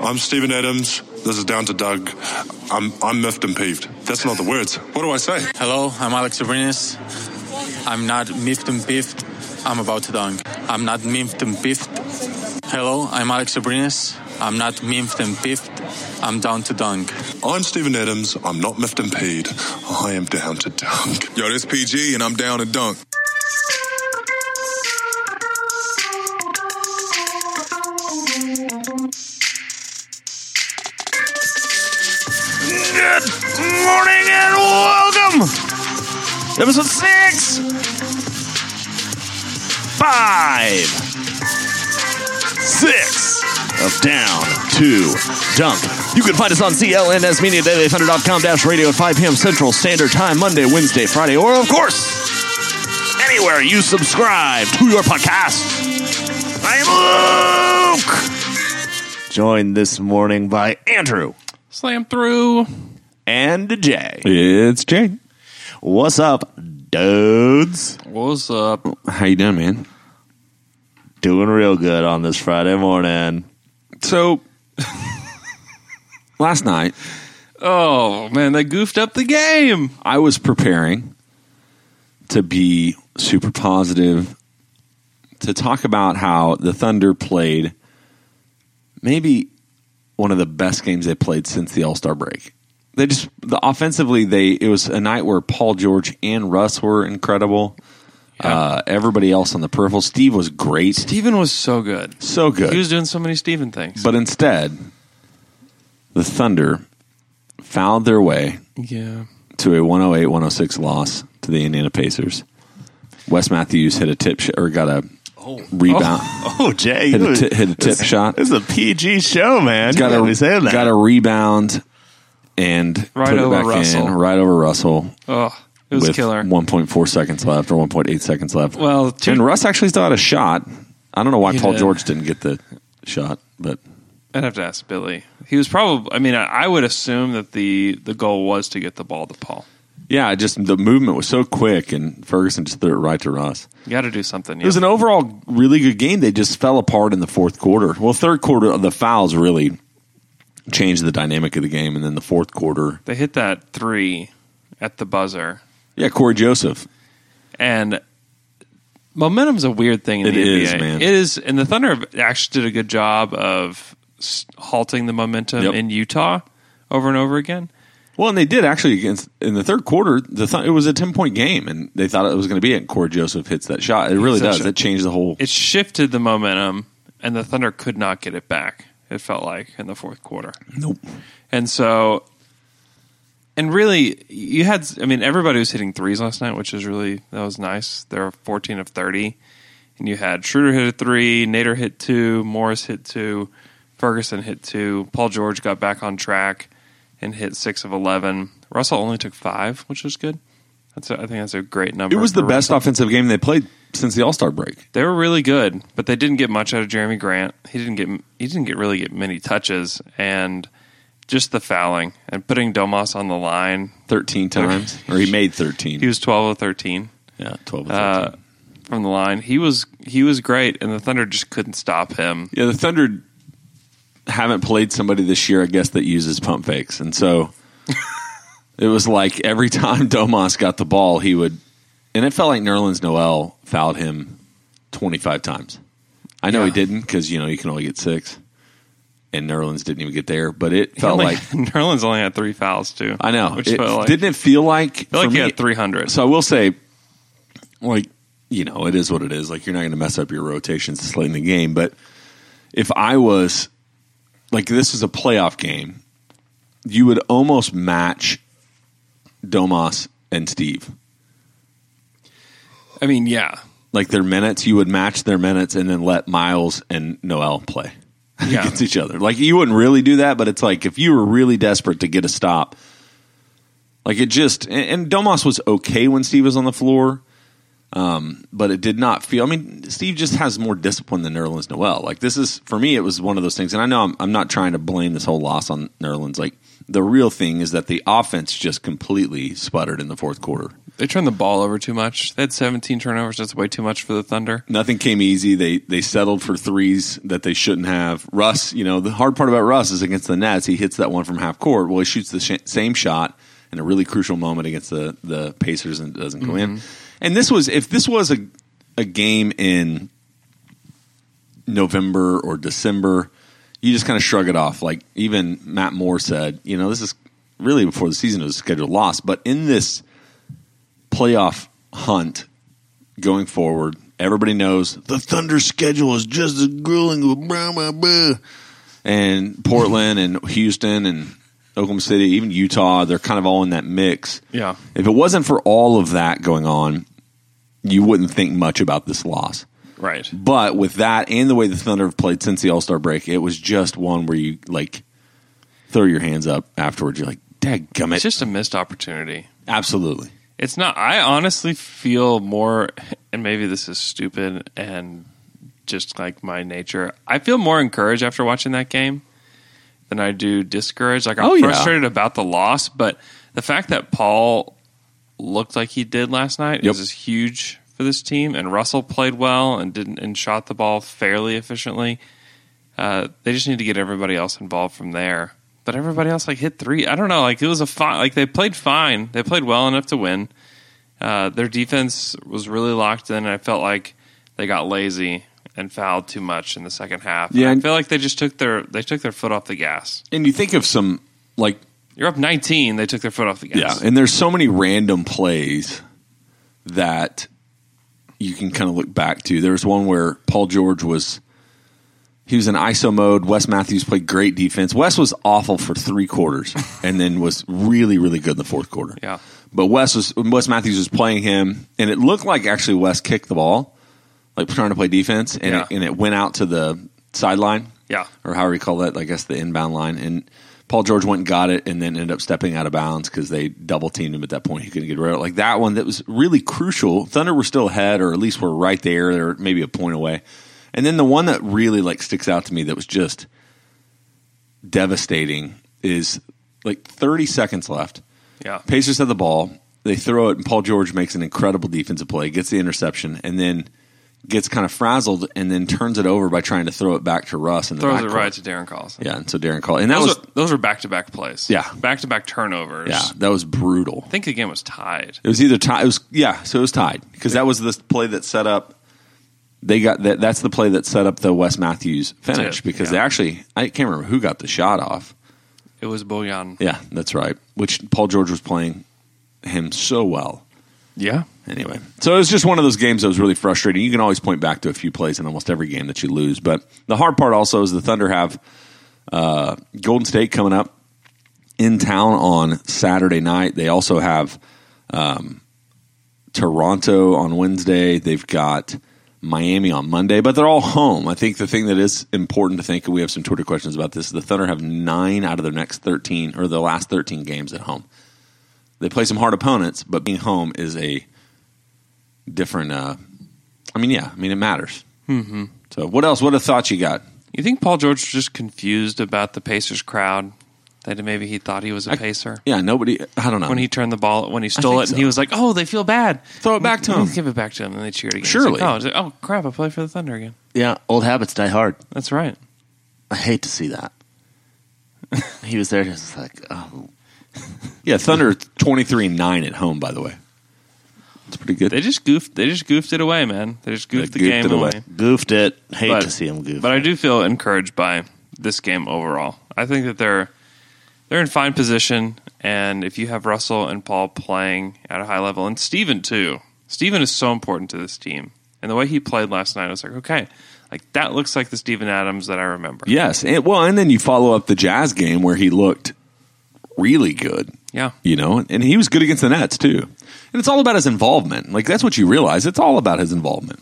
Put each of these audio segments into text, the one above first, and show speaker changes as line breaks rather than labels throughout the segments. I'm Stephen Adams. This is Down to Doug. I'm, I'm miffed and peeved. That's not the words. What do I say?
Hello, I'm Alex Abrinas. I'm not miffed and piffed. I'm about to dunk. I'm not miffed and piffed. Hello, I'm Alex Abrinas. I'm not miffed and piffed. I'm down to dunk.
I'm Stephen Adams. I'm not miffed and peed. I am down to dunk.
Yo, this PG and I'm down to dunk.
Good morning and welcome. Episode six, five, six of Down to Dunk. You can find us on CLNS Media Daily Thunder.com dash radio at 5 p.m. Central Standard Time, Monday, Wednesday, Friday, or of course, anywhere you subscribe to your podcast. I am Luke. Joined this morning by Andrew
Slam through.
and Jay.
It's Jay.
What's up, dudes?
What's up?
How you doing, man?
Doing real good on this Friday morning.
So, last night
Oh man, they goofed up the game.
I was preparing to be super positive to talk about how the Thunder played maybe one of the best games they played since the All Star break. They just the offensively they it was a night where Paul George and Russ were incredible. Uh, everybody else on the peripheral, Steve was great,
Steven was so good.
so good.
He was doing so many Steven things.
But instead, the Thunder fouled their way
yeah.
to a 108 106 loss to the Indiana Pacers. Wes Matthews hit a tip sh- or got a rebound,
Oh, Jay,
hit, a
you-
ti- hit a tip shot,
This is a PG show, man.
got
you gotta be
a,
saying that.
got a rebound, and
Right
put it
over
back
Russell.
in right over Russell
Oh, it was
with
killer.
1.4 seconds left or 1.8 seconds left.
Well, two-
and Russ actually still had a shot. I don't know why
He
Paul
did.
George didn't get the shot, but
I'd have to ask Billy. He was probably. I mean, I, I would assume that the the goal was to get the ball to Paul.
Yeah, I just the movement was so quick, and Ferguson just threw it right to Russ.
You got to do something.
It was an overall really good game. They just fell apart in the fourth quarter. Well, third quarter, the fouls really changed the dynamic of the game, and then the fourth quarter,
they hit that three at the buzzer,
yeah, Corey Joseph.
and momentum's a weird thing. In
It
the
is,
NBA.
man.
It is, and the Thunder have actually did a good job of s- halting the momentum
Yep.
in Utah over and over again.
Well, and they did actually against in the third quarter. The th- it was a ten point game, and they thought it was going to be it. And Corey Joseph hits that shot. It really
It's a
does.
shot.
That changed the whole.
it shifted the momentum, and the Thunder could not get it back. It felt like in the fourth quarter,
nope.
and so, and really, you had. I mean, everybody was hitting threes last night, which is really that was nice. They were fourteen of thirty, and you had Schroeder hit a three, Nader hit two, Morris hit two, Ferguson hit two, Paul George got back on track and hit six of eleven. Russell only took five, which is good. That's a, I think that's a great number.
It was the
for
best
Russell.
offensive game they played since the All Star break.
They were really good, but they didn't get much out of Jeremy Grant. He didn't get he didn't get really get many touches, and just the fouling and putting Domas on the line.
Thirteen times, or he made thirteen.
He was twelve of thirteen
yeah, twelve. Or 13.
uh, from the line. He was he was great, and the Thunder just couldn't stop him.
Yeah, the Thunder haven't played somebody this year, I guess, that uses pump fakes. And so it was like every time Domas got the ball, he would. And it felt like Nerlens Noel fouled him 25 times. I know he didn't because, you know, you can only get six. And Nerlens didn't even get there. But it felt
only,
like.
Nerlens only had three fouls too.
I know.
which
It-
felt like,
didn't it feel like.
felt
for
like he
me-
had three hundred.
so I will say, like, you know, it is what it is. Like, you're not going to mess up your rotations this late in the game. But if I was, like, this is a playoff game, you would almost match Domas and Steve.
I mean, yeah,
Like, their minutes, you would match their minutes and then let Miles and Noel play
yeah.
against each other. Like, you wouldn't really do that, but it's like if you were really desperate to get a stop, like, it just, and, and Domas was okay when Steve was on the floor. Um, but it did not feel. I mean, Steve just has more discipline than Nerlens Noel. Like this is for me, it was one of those things. And I know I'm, I'm not trying to blame this whole loss on Nerlens. Like the real thing is that the offense just completely sputtered in the fourth quarter.
They turned the ball over too much. They had 17 turnovers. That's way too much for the Thunder.
Nothing came easy. They they settled for threes that they shouldn't have. Russ, you know, the hard part about Russ is against the Nets, he hits that one from half court. Well, he shoots the sh- same shot in a really crucial moment against the the Pacers and it doesn't go in. And this was if this was a a game in November or December, you just kind of shrug it off. Like even Matt Moore said, you know, this is really before the season it was a scheduled loss, but in this playoff hunt going forward, everybody knows the Thunder schedule is just as grueling. with Blah, blah, blah. And Portland and Houston and Oklahoma City, even Utah, they're kind of all in that mix.
Yeah.
If it wasn't for all of that going on, you wouldn't think much about this loss.
Right.
But with that and the way the Thunder have played since the All Star break, it was just one where you like throw your hands up afterwards. You're like, dadgummit.
It's just a missed opportunity.
Absolutely.
It's not. I honestly feel more, and maybe this is stupid and just like my nature. I feel more encouraged after watching that game than I do discouraged. Like I'm
Oh, yeah.
frustrated about the loss, but the fact that Paul looked like he did last night
Yep.
is is huge for this team. And Russell played well and didn't and shot the ball fairly efficiently. Uh, they just need to get everybody else involved from there. But everybody else like hit three. I don't know. Like it was a fine. Like they played fine. They played well enough to win. Uh, their defense was really locked in. And I felt like they got lazy and fouled too much in the second half. And
Yeah,
I
and-
feel like they just took their they took their foot off the gas.
And you think of some like
You're up 19. They took their foot off the gas.
Yeah, and there's so many random plays that you can kind of look back to. There was one where Paul George was he was in ISO mode. Wes Matthews played great defense. Wes was awful for three quarters, and then was really really good in the fourth quarter.
Yeah.
but Wes was Wes Matthews was playing him, and it looked like actually Wes kicked the ball, like trying to play defense, and
Yeah.
it, and it went out to the sideline
Yeah.
or however you call that, I guess the inbound line. And Paul George went and got it and then ended up stepping out of bounds because they double teamed him at that point. He couldn't get rid of it. Like that one, that was really crucial. Thunder were still ahead, or at least were right there, or maybe a point away. And then the one that really like sticks out to me that was just devastating is like 30 seconds left.
Yeah.
Pacers have the ball. They throw it, and Paul George makes an incredible defensive play, gets the interception, and then gets kind of frazzled, and then turns it over by trying to throw it back to Russ. And
Throws it right to Darren Collins.
Yeah, and so Darren called, and that
those
was
were, those were back to back plays.
Yeah.
back to back turnovers.
yeah, that was brutal.
I think the game was tied.
It was either tied. It was yeah, so it was tied because that was the play that set up. They got that. That's the play that set up the Wes Matthews finish
it,
because
yeah.
they actually I can't remember who got the shot off.
It was Bojan.
Yeah, that's right. Which Paul George was playing him so well.
Yeah,
anyway, so it was just one of those games that was really frustrating. You can always point back to a few plays in almost every game that you lose, but the hard part also is the Thunder have uh, Golden State coming up in town on Saturday night. They also have um, Toronto on Wednesday. They've got Miami on Monday, but they're all home. I think the thing that is important to think, and we have some Twitter questions about this, the Thunder have nine out of their next 13 or the last 13 games at home. They play some hard opponents, but being home is a different. Uh, I mean, yeah, I mean it matters. Mm-hmm. So, what else? What are thoughts you got?
you think Paul George was just confused about the Pacers crowd? That maybe he thought he was a Pacer
Yeah, nobody. I don't know.
when he turned the ball when he stole
think
it, and he
so.
was like, "Oh, they feel bad.
Throw it back to him."
Give it back to him." And they cheered again. He's
Surely.
like, oh, it's like, oh crap! I play for the Thunder again.
Yeah, old habits die hard.
That's right.
I hate to see that. he was there and just like, oh,
yeah, Thunder twenty three and nine at home. By the way, it's pretty good.
They just goofed. They just goofed it away, man. They just goofed
They
the
goofed
game
it away.
away.
goofed it. Hate
But-
to see him goof.
But I do feel encouraged by this game overall. I think that they're they're in fine position, and if you have Russell and Paul playing at a high level, and Steven too, Steven is so important to this team. And the way he played last night, I was like, okay, like that looks like the Steven Adams that I remember.
yes, and, well, and then you follow up the Jazz game where he looked really good.
Yeah.
You know, and, and he was good against the Nets too. And it's all about his involvement. Like that's what you realize. It's all about his involvement.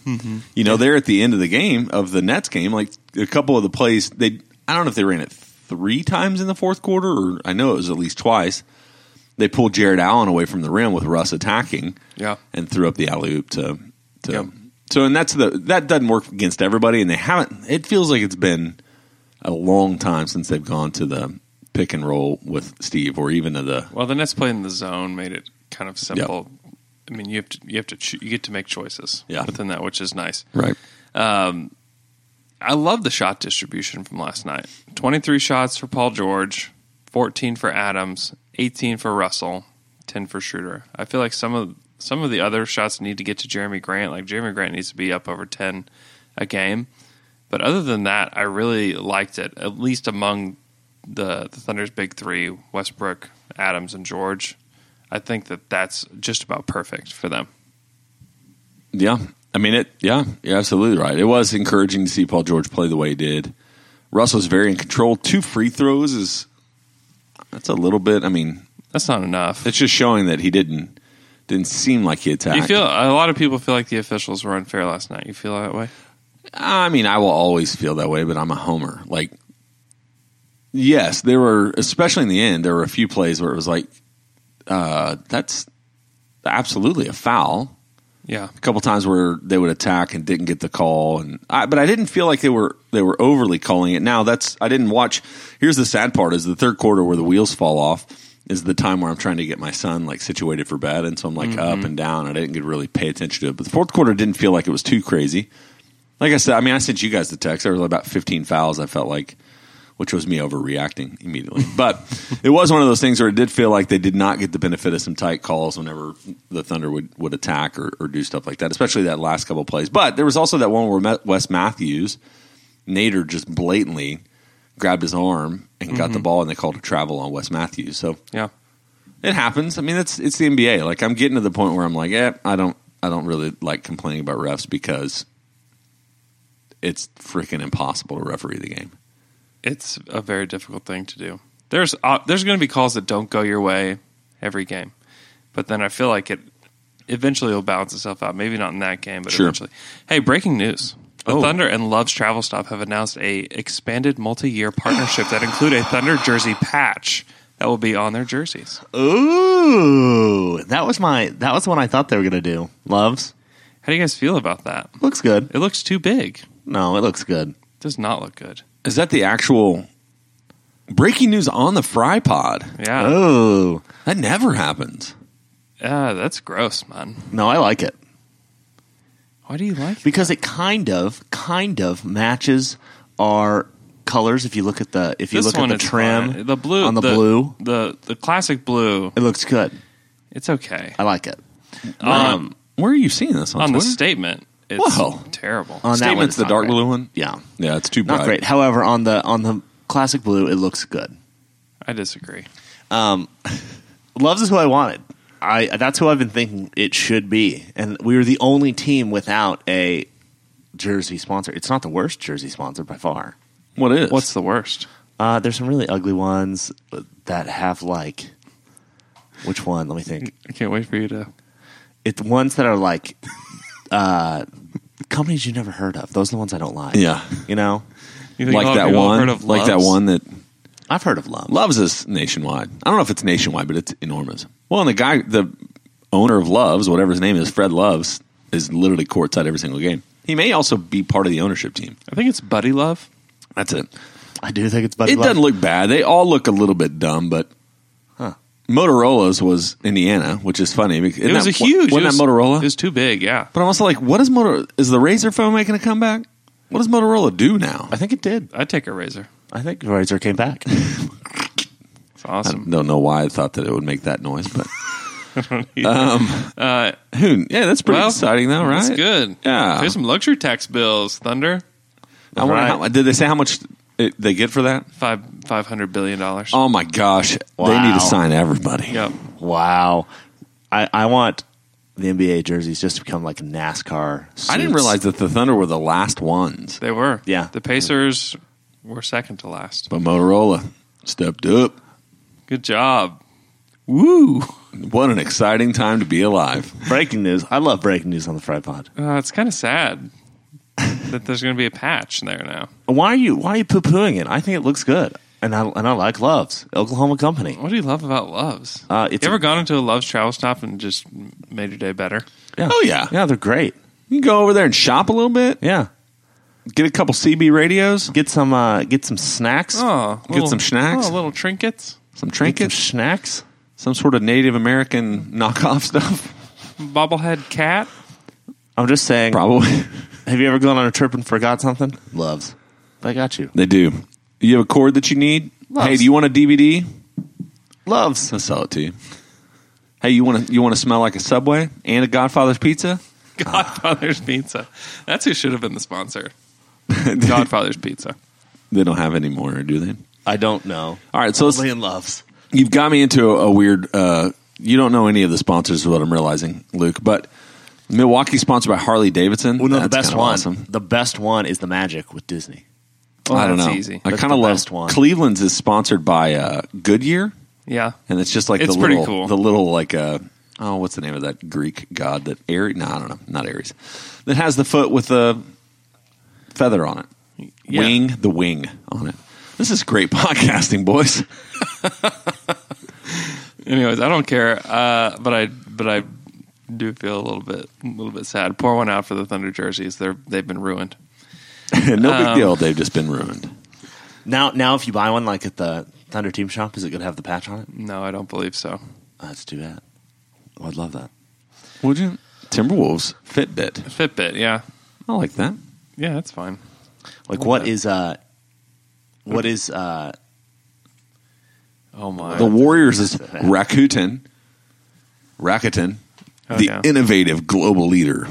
You know, there at the end of the game of the Nets game, like a couple of the plays, they I don't know if they ran it three times in the fourth quarter, or I know it was at least twice. They pulled Jared Allen away from the rim with Russ attacking,
Yeah.
and threw up the alley oop to So,
Yep.
so and that's the that doesn't work against everybody, and they haven't. It feels like it's been a long time since they've gone to the pick and roll with Steve, or even to the
Well, the Nets playing in the zone made it kind of simple. I mean, you have to you have to cho- you get to make choices
Yeah.
within that, which is nice.
right.
I love the shot distribution from last night. 23 shots for Paul George, 14 for Adams, 18 for Russell, 10 for Schroeder. I feel like some of some of the other shots need to get to Jeremy Grant. Like Jeremy Grant needs to be up over 10 a game. But other than that, I really liked it. At least among the, the Thunder's big 3, Westbrook, Adams and George. I think that that's just about perfect for them.
Yeah. I mean it yeah, you're absolutely right. It was encouraging to see Paul George play the way he did. Russell's very in control. Two free throws is that's a little bit I mean,
That's not enough.
it's just showing that he didn't didn't seem like he attacked.
You feel a lot of people feel like the officials were unfair last night. You feel that way?
I mean, I will always feel that way, but I'm a homer. Like yes, there were especially in the end, there were a few plays where it was like uh that's absolutely a foul.
Yeah.
a couple times where they would attack and didn't get the call and I, but I didn't feel like they were they were overly calling it. Now that's I didn't watch. Here's the sad part is the third quarter where the wheels fall off is the time where I'm trying to get my son like situated for bed and so I'm like up and down. I didn't get to really pay attention to it. But the fourth quarter didn't feel like it was too crazy. Like I said, I mean I sent you guys the text. There was about 15 fouls I felt like which was me overreacting immediately. But it was one of those things where it did feel like they did not get the benefit of some tight calls whenever the Thunder would, would attack or, or do stuff like that, especially that last couple plays. But there was also that one where Met- Wes Matthews, Nader just blatantly grabbed his arm and got the ball, and they called a travel on Wes Matthews. So
Yeah.
it happens. I mean, it's it's the NBA. Like I'm getting to the point where I'm like, eh, I don't I don't really like complaining about refs because it's freaking impossible to referee the game.
It's a very difficult thing to do. There's uh, there's going to be calls that don't go your way every game, but then I feel like it eventually will balance itself out. Maybe not in that game, but
Sure.
eventually. Hey, breaking news. The
Oh.
Thunder and Love's Travel Stop have announced a expanded multi-year partnership that include a Thunder jersey patch that will be on their jerseys.
Ooh, that was my that was the one I thought they were gonna do. Loves
How do you guys feel about that?
looks good.
It looks too big.
No, it looks good.
does not look good.
Is that the actual breaking news on the fry pod?
Yeah.
Oh
That never happens.
Ah, that's gross, man.
no, I like it
Why do you like it?
because it kind of kind of matches our colors. If you look at the if you
this
look
one?
at the
it's
trim,
fine. the blue,
on the, blue,
the the classic blue.
it looks good.
It's okay.
I like it.
Um,
Where are you seeing this on,
on the
Twitter?
statement, it's
Whoa.
terrible.
On that one,
Statement's
it's
the
not
dark
great.
blue one.
Yeah,
Yeah, it's too bright.
not great. However, on the on the classic blue, it looks good.
I disagree.
Loves Um, is who I wanted. I that's who I've been thinking it should be, and we were the only team without a jersey sponsor. It's not the worst jersey sponsor by far.
What is?
What's the worst?
Uh, there's some really ugly ones that have like, which one? Let me think.
I can't wait for you to.
It's ones that are like, uh, companies you never heard of. Those are the ones I don't like.
yeah,
you know,
You think a lot
like
of
that
people have
one,
heard of
like that
Love's?
one that
I've heard of Love.
loves us nationwide. I don't know if it's nationwide, but it's enormous. Well, and the guy, the owner of Loves, whatever his name is, Fred Loves, is literally courtside every single game. He may also be part of the ownership team.
I think it's Buddy Love.
That's it.
I do think it's Buddy.
It
Love.
doesn't look bad. They all look a little bit dumb, but Motorola's was Indiana, which is funny. Because,
It was a huge.
Wasn't
it was,
that Motorola?
It was too big. Yeah.
but I'm also like, what is Motor? Is the Razor phone making a comeback? What does Motorola do now?
I think it did.
I'd take a razor.
I think Razor came back.
It's awesome.
Don't know why I thought that it would make that noise, but um, who? Yeah, that's pretty
Uh, well,
exciting, though, right?
That's good.
Yeah.
Pay some luxury tax bills, Thunder.
I wonder how, did they say how much it, they get for that?
Five five hundred billion dollars.
Oh my gosh, they
Wow.
need to sign everybody.
Yep.
Wow. I, I want the NBA jerseys just to become like NASCAR.
I didn't
suits.
realize that the Thunder were the last ones,
They were.
Yeah.
The Pacers were second to last.
but Motorola stepped up.
Good job. Woo.
What an exciting time to be alive.
breaking news. I love breaking news on the Fry Pod.
Uh, it's kind of sad that there's going to be a patch in there now.
Why are you why are you poo pooing it? I think it looks good, and I and I like Loves Oklahoma Company.
What do you love about Loves?
Uh, it's
you
a-
ever gone into a Loves travel stop and just made your day better?
Oh yeah.
Yeah, they're great.
You can go over there and shop a little bit.
Yeah.
Get a couple CB radios.
Get some uh, get some snacks.
Oh,
Get some snacks.
Oh, little trinkets.
Some
Get some
trinkets.
snacks.
some sort of Native American knockoff stuff.
Bobblehead cat.
I'm just saying.
Probably.
Have you ever gone on a trip and forgot something? Loves. I got you.
They do. You have a cord that you need?
Loves.
Hey, do you want a DVD?
Loves.
I'll sell it to you. Hey, you want to you want to smell like a Subway and a Godfather's pizza?
Godfather's Pizza. That's who should have been the sponsor. Godfather's Pizza.
They don't have any more, do they?
I don't know.
All right, so let's,
Liam loves.
you've got me into a, a weird. Uh, you don't know any of the sponsors, is what I'm realizing, Luke. But Milwaukee's sponsored by Harley Davidson.
Well, no, the
That's
best
kinda
one.
awesome.
The best one is the Magic with Disney.
Well,
I don't
Oh, that's
know.
Easy.
I
That's
kind of
the
love
best one.
Cleveland's is sponsored by uh, Goodyear,
yeah.
and it's just like
It's
the
pretty
little,
cool.
the little like uh, oh, what's the name of that Greek god that Aries? No, I don't know, not Aries. That has the foot with the feather on it,
Yeah.
wing, the wing on it. This is great podcasting, boys.
Anyways, I don't care. Uh, but I but I do feel a little bit a little bit sad. Pour one out for the Thunder jerseys. They're they've been ruined.
no big
Um,
deal. They've just been ruined.
Now, now, if you buy one like at the Thunder Team shop, is it going to have the patch on it?
No, I don't believe so.
Oh, that's too bad. Oh, I'd love that.
Would you? Timberwolves Fitbit.
Fitbit, yeah.
I like that.
Yeah, that's fine.
Like, what is uh, what is uh,
Oh my.
The Warriors is Rakuten. Rakuten,
Oh,
the
yeah.
innovative global leader.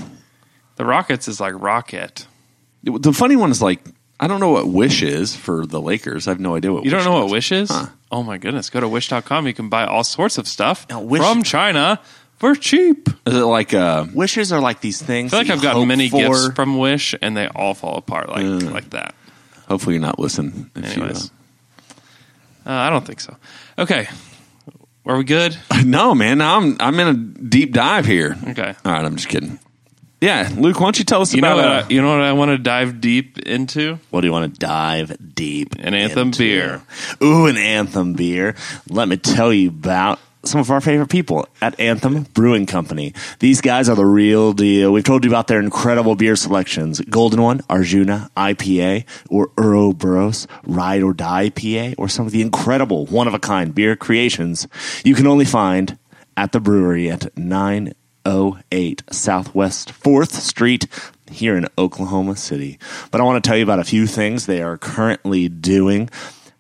The Rockets is like rocket.
The funny one is like I don't know what Wish is for the Lakers. I have no idea what
You
Wish
don't know what
does.
Wish is?
Huh.
Oh my goodness. Go to wish.com. You can buy all sorts of stuff
Now, Wish-
from China for cheap. I
Is it like uh,
wishes are like these things.
feel like
that
I've
you
gotten
hope
many
for. Uh,
gifts from Wish and they all fall apart like
Mm.
like that.
hopefully you're not listening. If you,
Anyways. Uh, I don't think so. Okay. Are we good?
uh, no, man, now I'm I'm in a deep dive here.
Okay.
All right, I'm just kidding. Yeah, Luke, why don't you tell us
You know
about
what
uh,
I, you know what I want to dive deep into?
What do you want to dive deep?
An Anthem
into?
beer.
Ooh, an Anthem beer. Let me tell you about some of our favorite people at Anthem Brewing Company. These guys are the real deal. We've told you about their incredible beer selections. Golden One, Arjuna IPA, or Ouroboros Ride or Die IPA, or some of the incredible one-of-a-kind beer creations you can only find at the brewery at 908 Southwest 4th Street here in Oklahoma City. But I want to tell you about a few things they are currently doing.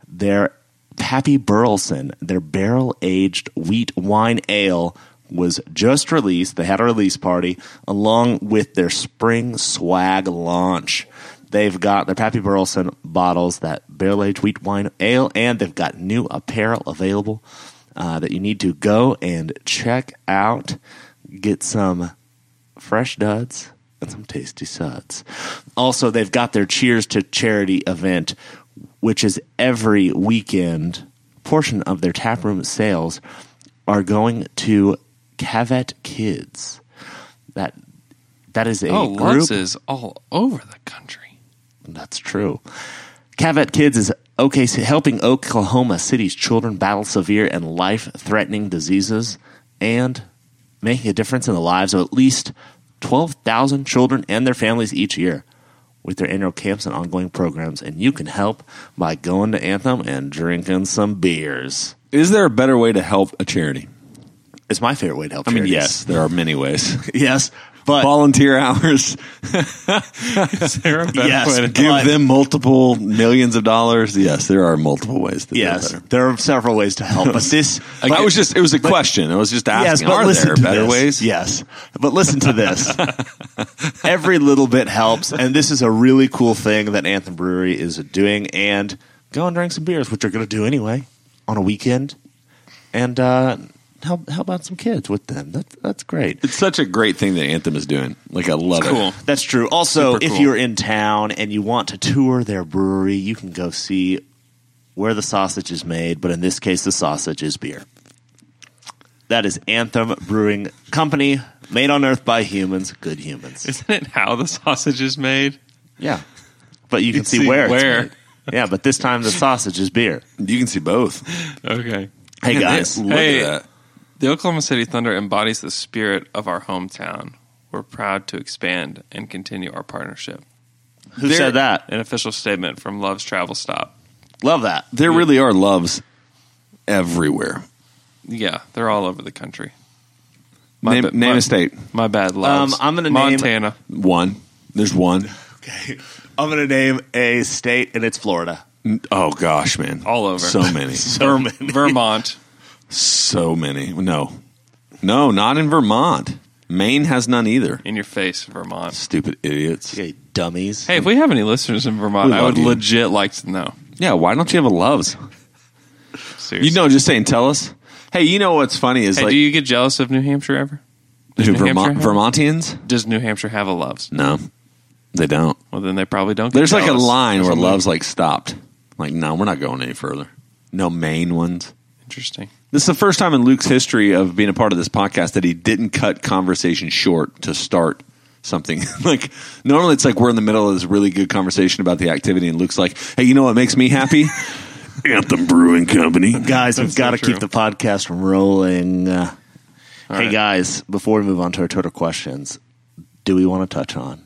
Their Pappy Burleson, their barrel aged wheat wine ale, was just released. They had a release party along with their spring swag launch. They've got their Pappy Burleson bottles, that barrel aged wheat wine ale, and they've got new apparel available uh, that you need to go and check out. Get some fresh duds and some tasty suds. Also, they've got their Cheers to Charity event, which is every weekend. Portion of their taproom sales are going to Cavet Kids. That that is a
Oh,
group.
Lutz is all over the country.
That's true. Cavet Kids is okay, so helping Oklahoma City's children battle severe and life threatening diseases and making a difference in the lives of at least 12,000 children and their families each year with their annual camps and ongoing programs. And you can help by going to Anthem and drinking some beers.
Is there a better way to help a charity?
It's my favorite way to help.
I mean,
charities.
yes, there are many ways.
Yes. But
Volunteer hours.
yes,
give
but-
them multiple millions of dollars. Yes, there are multiple ways to
Yes,
do better.
there are several ways to help, but this
Like, I was just, it was a question. I was just asking,
yes, but
are
listen
there
to
better
this.
ways?
Yes, but listen to this. Every little bit helps, and this is a really cool thing that Anthem Brewery is doing. And go and drink some beers, which you're going to do anyway on a weekend, and uh, help help out some kids with them. That's that's great.
It's such a great thing that Anthem is doing. Like, I love
Cool.
it.
That's true. Also,
Super
if
cool.
you're in town and you want to tour their brewery, you can go see where the sausage is made, but in this case, the sausage is beer. That is Anthem Brewing Company, made on earth by humans, good humans.
Isn't it how the sausage is made?
Yeah. But you can see,
see
where. it's
where.
made. yeah, but this time the sausage is beer.
You can see both.
Okay.
Hey,
Man,
guys.
Look
Hey.
at that.
The Oklahoma City Thunder embodies the spirit of our hometown. we're proud to expand and continue our partnership.
Who said that?
An official statement from Love's Travel Stop.
Love that.
There really are loves everywhere.
Yeah, they're all over the country. My
Name,
ba-
name
my-
a state.
My bad, Loves.
Um, I'm gonna name-
Montana.
One. There's one.
Okay. I'm going to name a state, and it's Florida.
Oh gosh, man.
All over.
So many.
So many.
Vermont.
so many. No. No, not in Vermont. Maine has none either.
In your face, Vermont.
Stupid idiots.
Okay, dummies.
Hey, if we have any listeners in Vermont,
We
I
love
would
you.
legit like to know.
Yeah, why don't you have a loves?
Seriously.
You know, just saying, tell us. Hey, you know what's funny is
hey,
like
do you get jealous of New Hampshire ever?
who,
New
Vermont,
Hampshire?
Vermontians?
Does New Hampshire have a Loves?
No, they don't.
Well, then they probably don't. Get
There's like a
jealous.
line where
Isn't that
love's like stopped. Like, no, we're not going any further. No Maine ones.
Interesting.
This is the first time in Luke's history of being a part of this podcast that he didn't cut conversation short to start something. like normally it's like we're in the middle of this really good conversation about the activity and Luke's like, "Hey, you know what makes me happy? Anthem Brewing Company."
Guys, we've got to
true.
keep the podcast rolling. Uh, hey, guys, before we move on to our Twitter questions, do we want to touch on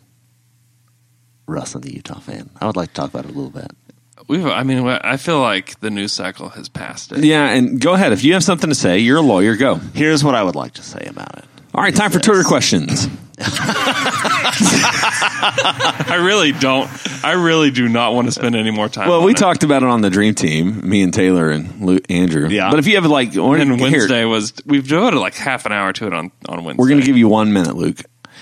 Russ and the Utah fan? I would like to talk about it a little bit.
We've, I mean, I feel like the news cycle has passed it.
Yeah, and go ahead if you have something to say. You're a lawyer, go.
Here's what I would like to say about it.
All right, time for Twitter questions.
I really don't. I really do not want to spend any more time.
Well,
on
we
it.
talked about it on the Dream Team, me and Taylor and Lu Andrew.
Yeah.
But if you have like, or,
And
here,
Wednesday was we've devoted like half an hour to it on on Wednesday.
we're going to give you one minute, Luke.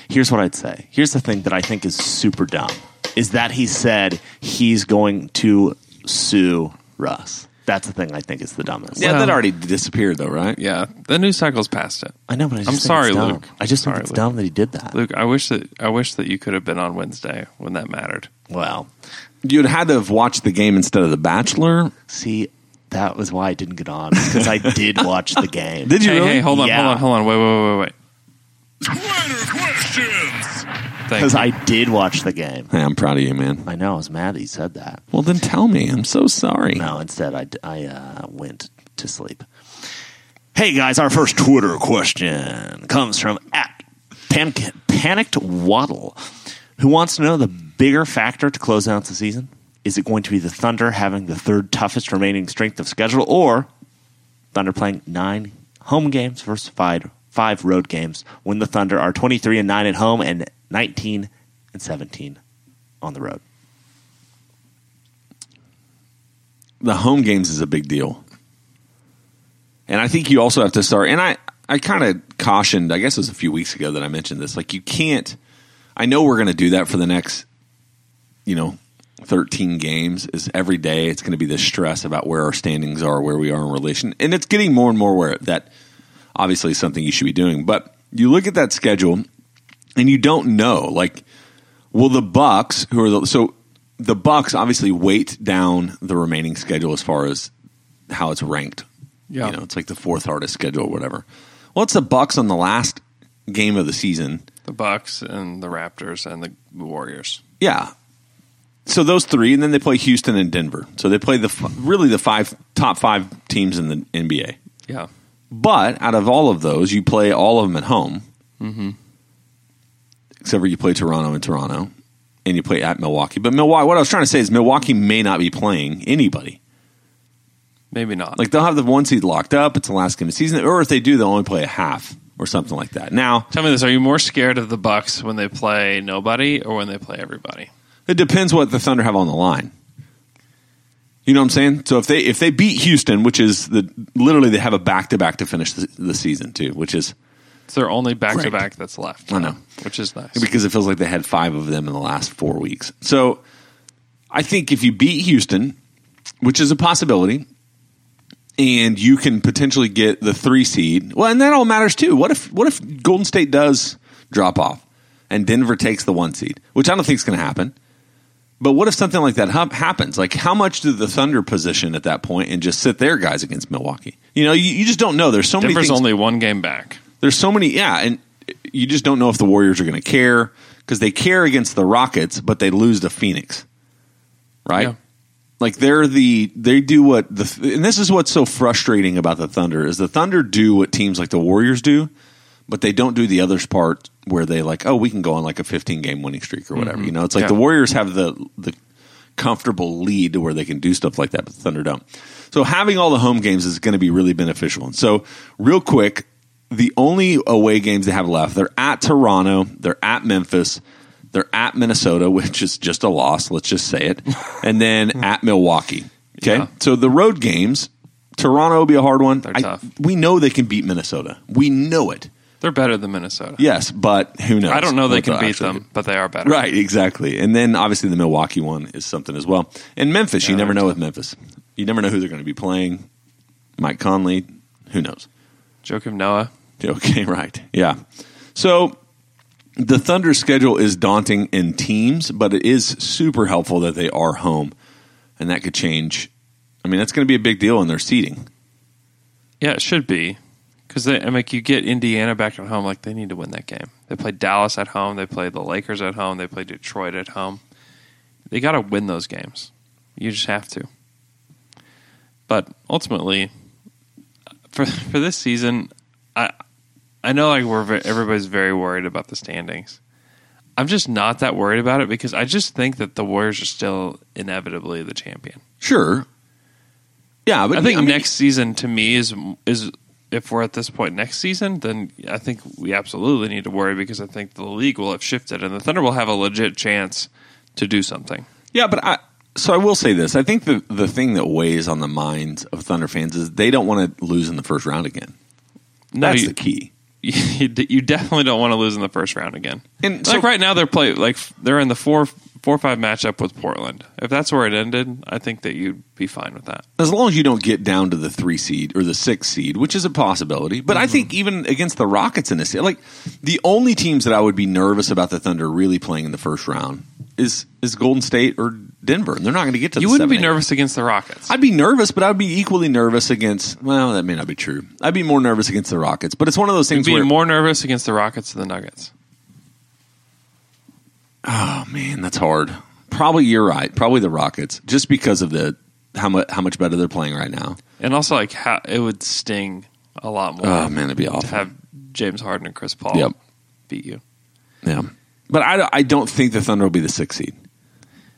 Here's what I'd say. Here's the thing that I think is super dumb is that he said he's going to sue Russ. That's the thing I think is the dumbest.
Yeah,
Well-
that already disappeared though, right?
yeah. The news cycle's past it.
I know, but I just
I'm
think
sorry,
it's dumb.
Luke.
I just think
Sorry,
it's
Luke.
dumb that he did that.
Luke, I wish that I wish that you could have been on Wednesday when that mattered.
Well,
You'd had to have watched the game instead of The Bachelor.
see, that was why I didn't get on because I did watch the game.
Did you
hey,
really?
hey, hold on,
Yeah.
hold on, hold on. Wait, wait, wait, wait, wait. Thank
Because
you.
I did watch the game.
Hey, I'm proud of you, man.
I know I was mad that you said that.
Well, then tell me. I'm so sorry.
No, instead I, I uh, went to sleep. Hey guys, our first Twitter question comes from at Pan- Panicked Waddle, who wants to know the bigger factor to close out the season. Is it going to be the Thunder having the third toughest remaining strength of schedule, or Thunder playing nine home games versus five, five road games when the Thunder are 23 and 9 at home and 19 and 17 on the road?
The home games is a big deal. And I think you also have to start. And I, I kind of cautioned, I guess it was a few weeks ago that I mentioned this. Like, you can't, I know we're going to do that for the next, you know, 13 games is every day. It's going to be this stress about where our standings are, where we are in relation. And it's getting more and more where that obviously is something you should be doing. But you look at that schedule and you don't know, like, Well, the Bucks, who are the so the Bucks obviously weight down the remaining schedule as far as how it's ranked.
Yeah.
you know, it's like the fourth hardest schedule, or whatever. Well, it's the Bucks on the last game of the season.
the Bucks and the Raptors and the Warriors.
Yeah. So those three, and then they play Houston and Denver. So they play the f- really the five top five teams in the NBA.
Yeah.
But out of all of those, you play all of them at home, except for you play Toronto and Toronto, and you play at Milwaukee. But Milwaukee, what I was trying to say is Milwaukee may not be playing anybody.
Maybe not.
Like they'll have the one seed locked up. It's the last game of the season, or if they do, they'll only play a half or something like that. Now
Tell me this: Are you more scared of the Bucks when they play nobody or when they play everybody?
it depends what the Thunder have on the line. You know what I'm saying? So if they if they beat Houston, which is the literally they have a back to back to finish the, the season too, which is
It's their only back to back that's left.
I know.
which is nice.
because it feels like they had five of them in the last four weeks. So I think if you beat Houston, which is a possibility, and you can potentially get the three seed, well, and that all matters too. What if what if Golden State does drop off and Denver takes the one seed, which I don't think is going to happen. But what if something like that hap- happens? Like, how much do the Thunder position at that point and just sit their guys against Milwaukee? You know, you, you just don't know. There's so many
Denver's
things
only one game back.
there's so many yeah and you just don't know if the warriors are going to care because they care against the rockets but they lose to phoenix right
Yeah.
like they're the they do what the and this is what's so frustrating about the thunder is the thunder do what teams like the warriors do but they don't do the others part where they like, oh, we can go on like a 15 game winning streak or whatever. You know, it's like
Mm-hmm. Yeah.
the Warriors have the the comfortable lead to where they can do stuff like that. But Thunder don't. So having all the home games is going to be really beneficial. And so, real quick, the only away games they have left, they're at Toronto, they're at Memphis, they're at Minnesota, which is just a loss. Let's just say it, and then at Milwaukee. Okay,
Yeah.
so the road games. Toronto will be a hard one.
They're
I-
tough.
We know they can beat Minnesota. We know it.
They're better than Minnesota.
Yes, but who knows?
I don't know they
what
can
they'll
beat
actually
them,
do.
but they are better.
Right, exactly. And then obviously the Milwaukee one is something as well. And Memphis, you never know with Memphis. You never know who they're going to be playing. Mike Conley, who knows?
Joakim Noah.
Okay, right. Yeah. So the Thunder schedule is daunting in teams, but it is super helpful that they are home. And that could change. I mean, that's going to be a big deal in their seeding.
Yeah, it should be. Because I mean, like, you get Indiana back at home, like they need to win that game. They play Dallas at home. They play the Lakers at home. They play Detroit at home. They got to win those games. You just have to. But ultimately, for for this season, I I know like we're ve- everybody's very worried about the standings. I'm just not that worried about it because I just think that the Warriors are still inevitably the champion.
Sure. Yeah, but
I think
mean-
next season to me is is if we're at this point next season, then I think we absolutely need to worry because I think the league will have shifted and the Thunder will have a legit chance to do something.
Yeah, but I so I will say this. I think the the thing that weighs on the minds of Thunder fans is they don't want to lose in the first round again.
No,
That's
you,
the key.
you, de- you definitely don't want to lose in the first round again.
And
like
so-
right now, they're play like f- they're in the four four five matchup with Portland. If that's where it ended, I think that you'd be fine with that.
As long as you don't get down to the three seed or the six seed, which is a possibility, but
Mm-hmm.
I think even against the Rockets in this, like the only teams that I would be nervous about the Thunder really playing in the first round is is Golden State or Denver, and they're not going to get to.
You
the
wouldn't
seven,
be
eight.
nervous against the Rockets.
I'd be nervous, but I'd be equally nervous against. Well, that may not be true. I'd be more nervous against the Rockets, but it's one of those
I'd
things
be
where
more nervous against the Rockets than the Nuggets.
Oh man, that's hard. Probably you're right. Probably the Rockets, just because of the how much how much better they're playing right now.
And also, like, how it would sting a lot more.
Oh man, it'd be
to
awful.
have James Harden and Chris Paul
Yep.
beat you.
yeah, but I, I don't think the Thunder will be the sixth seed.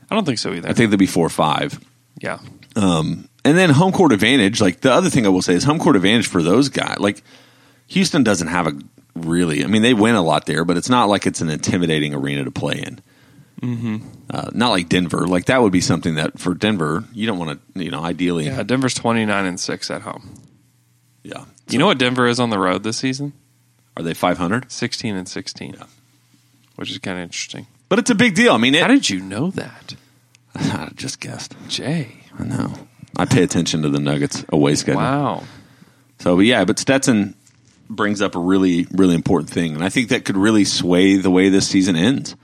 I don't think so either.
I think they'll be four or five. Um,
yeah,
And then home court advantage. Like the other thing I will say is home court advantage for those guys. Like Houston doesn't have a really. I mean, they win a lot there, but it's not like it's an intimidating arena to play in.
Mm-hmm.
Uh, not like Denver. Like that would be something that for Denver, you don't want to. You know, ideally,
yeah. Uh, Denver's twenty nine and six at home.
yeah.
you know what Denver is on the road this season?
Are they five hundred?
Sixteen and sixteen, which is kind of interesting.
But it's a big deal. I mean, it,
How did you know that,
I just guessed.
Jay?
I know. I pay attention to the Nuggets away schedule.
Wow,
So, but yeah, but Stetson brings up a really, really important thing, and I think that could really sway the way this season ends.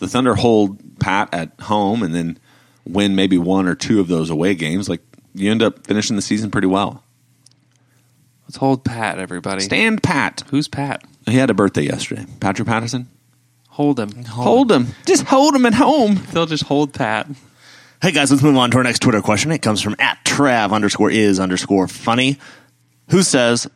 The Thunder hold pat at home, and then win maybe one or two of those away games. Like you end up finishing the season pretty well.
let's hold Pat, everybody.
Stand pat.
Who's Pat?
He had a birthday yesterday. Patrick Patterson.
Hold him.
Hold him. Just hold him at home.
They'll just hold Pat.
Hey guys, let's move on to our next Twitter question. It comes from at Trav underscore is underscore funny, who says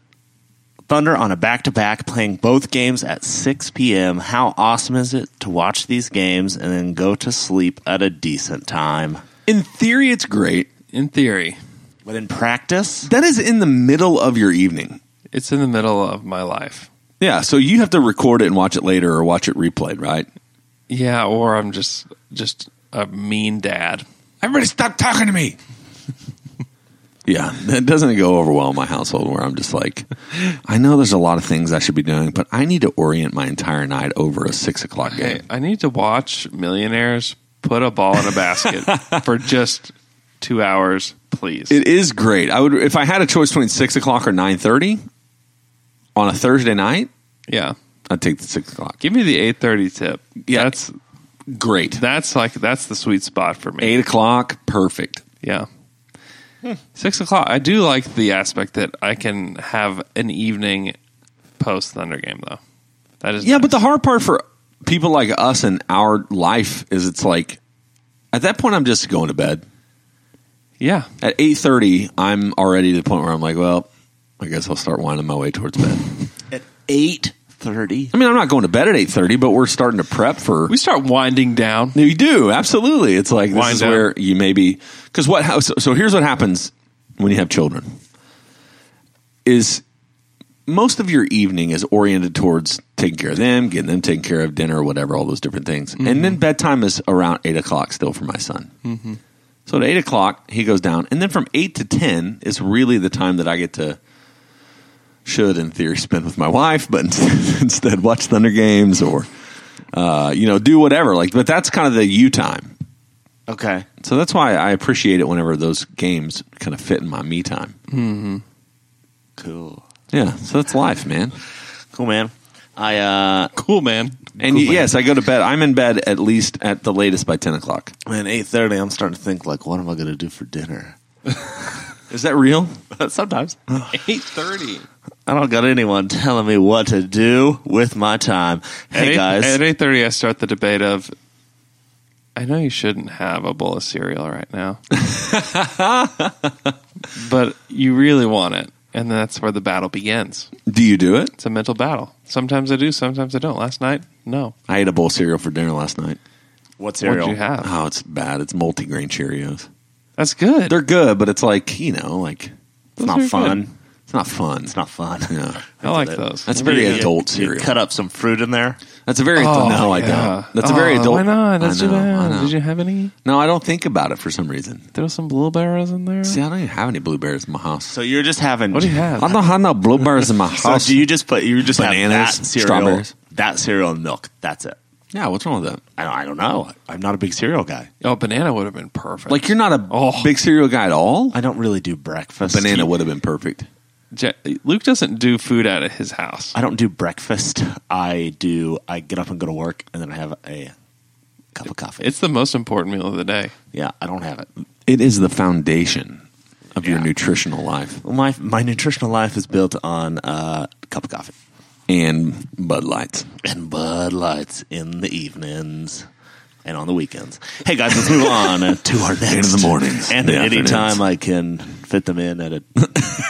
Thunder on a back to back playing both games at 6 p.m. How awesome is it to watch these games and then go to sleep at a decent time?
In theory, it's great.
In theory,
But in practice,
That is in the middle of your evening.
it's in the middle of my life.
Yeah, so you have to record it and watch it later or watch it replayed, right?
Yeah, or I'm just just a mean dad.
Everybody stop talking to me. yeah, that doesn't go over well in my household where I'm just like, I know there's a lot of things I should be doing, but I need to orient my entire night over a six o'clock
Okay,
game.
I need to watch millionaires put a ball in a basket for just two hours, please.
It is great. I would if I had a choice between six o'clock or nine thirty on a Thursday night,
yeah,
I'd take the six o'clock.
give me the eight thirty tip.
Yeah.
that's
Great.
that's like that's the sweet spot for me.
Eight o'clock, perfect.
Yeah, six o'clock. I do like the aspect that I can have an evening post Thunder game though. That is
Yeah, but the hard part for people like us in our life is it's like at that point I'm just going to bed.
yeah,
At eight thirty, I'm already to the point where I'm like, well, I guess I'll start winding my way towards bed.
at eight thirty.
I mean, I'm not going to bed at 8:30, but we're starting to prep for.
We start winding down.
No, you do absolutely. It's like this
Wind
is
down.
where you maybe because what how, so, so here's what happens when you have children is most of your evening is oriented towards taking care of them, getting them taken care of, dinner, whatever, all those different things, and
Mm-hmm.
then bedtime is around eight o'clock still for my son. So at eight o'clock he goes down, and then from eight to ten is really the time that I get to should in theory spend with my wife, but instead watch Thunder games or uh, you know do whatever. Like, but that's kind of the you time.
Okay.
So that's why I appreciate it whenever those games kind of fit in my me time.
Cool.
Yeah, so that's life, man.
Cool, man. I uh
Cool, man.
And y- yes, I go to bed. I'm in bed at least at the latest by ten o'clock.
man, eight thirty. I'm starting to think like, what am I gonna do for dinner?
Is that real?
Sometimes
Eight thirty.
I don't got anyone telling me what to do with my time.
At
Hey
eight-
guys,
At eight thirty, I start the debate of. I know you shouldn't have a bowl of cereal right now, but you really want it, and that's where the battle begins.
Do you do it?
It's a mental battle. Sometimes I do, sometimes I don't. Last night, no.
I ate a bowl of cereal for dinner last night.
what
What'd you have?
Oh, it's bad. It's multigrain Cheerios.
That's good.
They're good, but it's like you know, like
It's not
Those are
fun.
good.
it's not fun.
It's not fun.
Yeah.
I like
that.
those.
That's very
You-
adult
you
cereal.
Cut up some fruit in there.
That's a very adult. no, I
Oh, yeah.
don't. That's a very
Oh,
adult.
Why not? That's
I
too
know, I
bad.
know.
Did you have any?
No, I don't think about it for some reason.
Throw some blueberries in there.
See, I don't even have any blueberries in my house.
So you're just having.
What do you have?
I don't have no blueberries in my
So
house.
do you just put you just
Bananas,
have that cereal,
strawberries.
that cereal and milk? That's it.
yeah, what's wrong with that?
I don't, I don't know. I'm not a big cereal guy.
Oh, banana would have been perfect.
Like, you're not a
Oh.
big cereal guy at all.
I don't really do breakfast.
Banana would have been perfect.
Ja- Luke doesn't do food out of his house.
I don't do breakfast. I do. I get up and go to work, and then I have a cup of coffee.
It's the most important meal of the day.
yeah, I don't have it.
It is the foundation of your nutritional life
Well, my my nutritional life is built on uh, a cup of coffee
and Bud Lights.
and Bud Lights in the evenings and on the weekends. Hey guys, let's move on uh, to our next
the mornings,
and
the
any
afternoons.
time I can fit them in at a,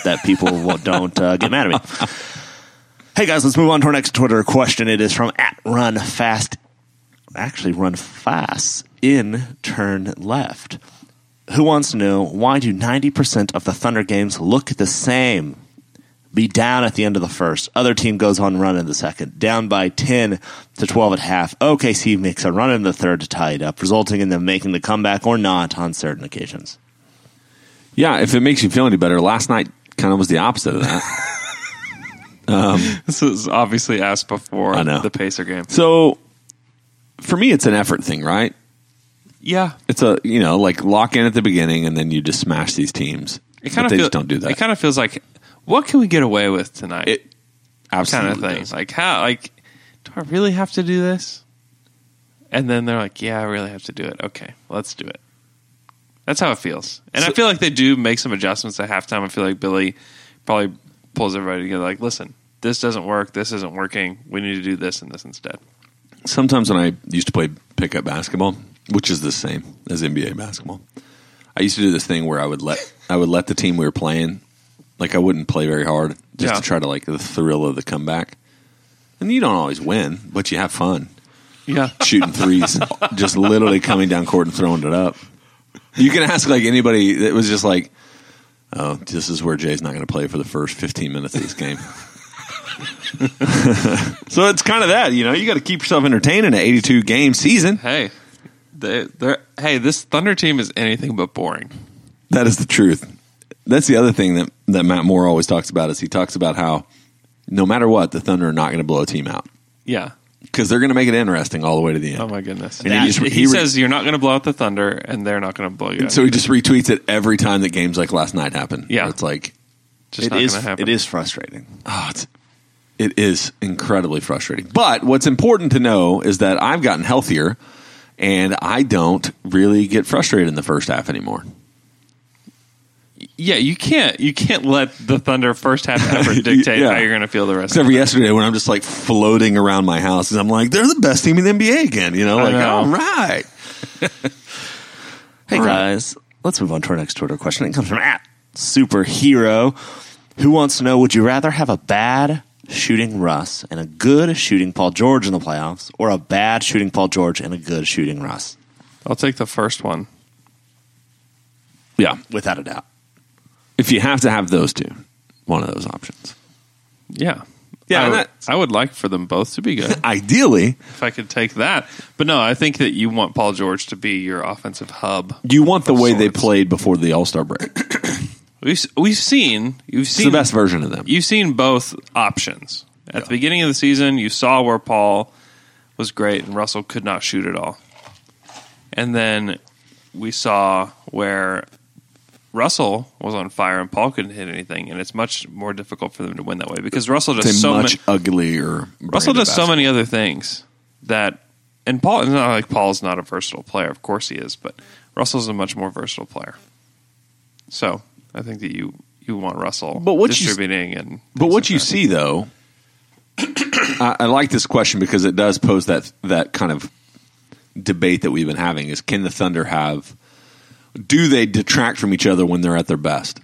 that people won't, don't uh, get mad at me. Hey guys, let's move on to our next Twitter question. It is from at Run Fast. Actually, Run Fast in turn left. Who wants to know why do ninety percent of the Thunder games look the same? Be down at the end of the first. Other team goes on run in the second. Down by ten to twelve at half. OKC makes a run in the third to tie it up, resulting in them making the comeback or not on certain occasions.
Yeah, if it makes you feel any better, last night kind of was the opposite of that.
This was obviously asked before
I know.
the Pacer game.
so, for me, it's an effort thing, right?
Yeah,
It's a, you know, like lock in at the beginning and then you just smash these teams.
it
But
kind of
they
feel-
just don't do that.
It kind of feels like, what can we get away with tonight?
It
kind of
Absolutely
thing.
does.
Like how? Like, do I really have to do this? And then they're like, yeah, I really have to do it. Okay, let's do it. That's how it feels. And I feel like they do make some adjustments at halftime. I feel like Billy probably pulls everybody together. Like, listen, this doesn't work. This isn't working. We need to do this and this instead.
sometimes when I used to play pickup basketball, which is the same as NBA basketball, I used to do this thing where I would let I would let the team we were playing, like I wouldn't play very hard just
Yeah.
to try to like the thrill of the comeback. And you don't always win, but you have fun
Yeah.
shooting threes, just literally coming down court and throwing it up. You can ask like anybody that was just like, "Oh, this is where Jay's not going to play for the first 15 minutes of this game." so it's kind of that, you know. You got to keep yourself entertained in an 82 game season.
Hey, they, they're hey. This Thunder team is anything but boring.
That is the truth. That's the other thing that that Matt Moore always talks about is he talks about how no matter what, the Thunder are not going to blow a team out
Yeah.
because they're going to make it interesting all the way to the end.
Oh my goodness.
And he just-
he,
he re-
says you're not going to blow out the Thunder, and they're not going to blow you.
And
out.
so he just retweets it every time that games like last night happen.
Yeah.
it's like
just
it
not
is
going to happen.
it is frustrating.
Oh, it's, it is incredibly frustrating. But what's important to know is that I've gotten healthier and I don't really get frustrated in the first half anymore.
Yeah, you can't you can't let the Thunder first half effort dictate
Yeah.
how you're going to feel the rest.
Except for yesterday when I'm just like floating around my house and I'm like, they're the best team in the NBA again. You know, like,
know.
all right.
Hey guys, let's move on to our next Twitter question. It comes from at superhero. Who wants to know? Would you rather have a bad shooting Russ and a good shooting Paul George in the playoffs, or a bad shooting Paul George and a good shooting Russ,
I'll take the first one.
Yeah.
without a doubt.
If you have to have those two, one of those options.
Yeah.
Yeah,
I
and
would-
that's-
I would like for them both to be good.
Ideally,
if I could take that. But no, I think that you want Paul George to be your offensive hub.
you want the way they
Sorts.
played before the All Star break. It's
We've we've seen you've
the
seen
best version of them.
you've seen both options at the beginning of the season. You saw where Paul was great and Russell could not shoot at all, and then we saw where Russell was on fire and Paul couldn't hit anything, and it's much more difficult for them to win that way because Russell does
It's a
so
much
much.
uglier.
Russell
brand of
does so
basketball.
many other things that, and Paul. It's not like Paul's not a versatile player. Of course he is, but Russell's a much more versatile player. So I think that you you want Russell,
But what you-
distributing and things
But
like
what you
that.
see, though, I, I like this question because it does pose that that kind of debate that we've been having: is can the Thunder have? Do they detract from each other when they're at their best?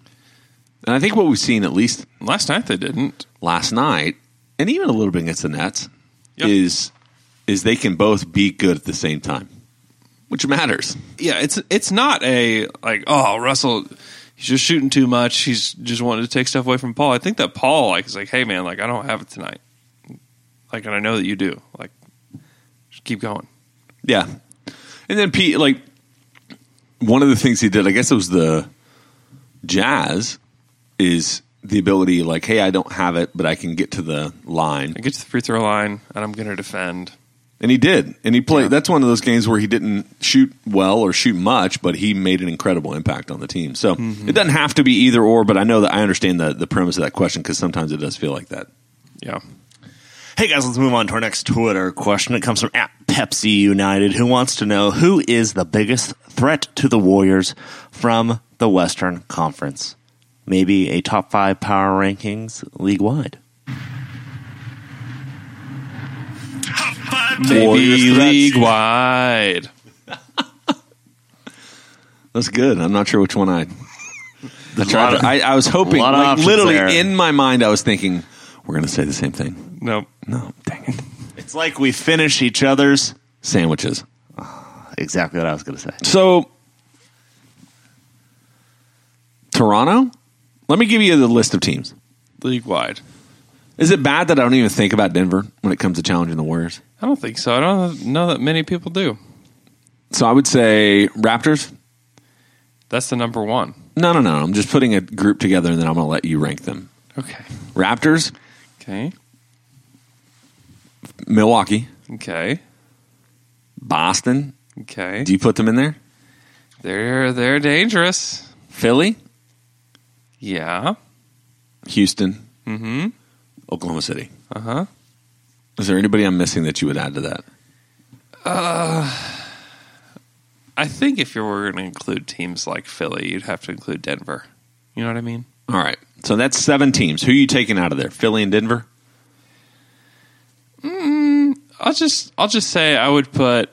And I think what we've seen, at least
last night, they didn't.
last night, and even a little bit against the Nets,
Yeah.
is is they can both be good at the same time, which matters.
Yeah, it's it's not a like oh Russell. He's just shooting too much. He's just wanting to take stuff away from Paul. I think that Paul like is like, hey man, like I don't have it tonight. Like, and I know that you do. Like, just keep going.
Yeah. And then Pete, like, one of the things he did, I guess it was the jazz, is the ability, like, hey, I don't have it, but I can get to the line.
I get to the free throw line, and I'm gonna defend.
And he did. And he played. That's one of those games where he didn't shoot well or shoot much, but he made an incredible impact on the team. So it doesn't have to be either or, but I know that I understand the, the premise of that question because sometimes it does feel like that.
Yeah.
Hey guys, let's move on to our next Twitter question. It comes from at Pepsi United, who wants to know who is the biggest threat to the Warriors from the Western Conference? Maybe a top five power rankings league wide.
Maybe
Warriors threats.
league wide.
That's good. I'm not sure which one I. I, tried
of-
to- I, I was hoping,
lot of
like,
options
literally
there.
in my mind, I was thinking, we're going to say the same thing.
Nope.
No, dang it.
It's like we finish each other's.
Sandwiches.
Exactly what I was going to say.
So, Toronto? Let me give you the list of teams.
League wide.
Is it bad that I don't even think about Denver when it comes to challenging the Warriors?
I don't think so. I don't know that many people do.
So I would say Raptors.
That's the number one.
No, no, no. I'm just putting a group together and then I'm going to let you rank them.
Okay.
Raptors,
Okay.
Milwaukee,
Okay.
Boston.
Okay.
Do you put them in there?
They're they're dangerous.
Philly,
Yeah.
Houston,
Mm-hmm.
Oklahoma City.
Uh-huh.
Is there anybody I'm missing that you would add to that?
I think if you were going to include teams like Philly, you'd have to include Denver. You know what I mean?
All right. So that's seven teams. Who are you taking out of there? Philly and Denver?
I'll just I'll just say I would put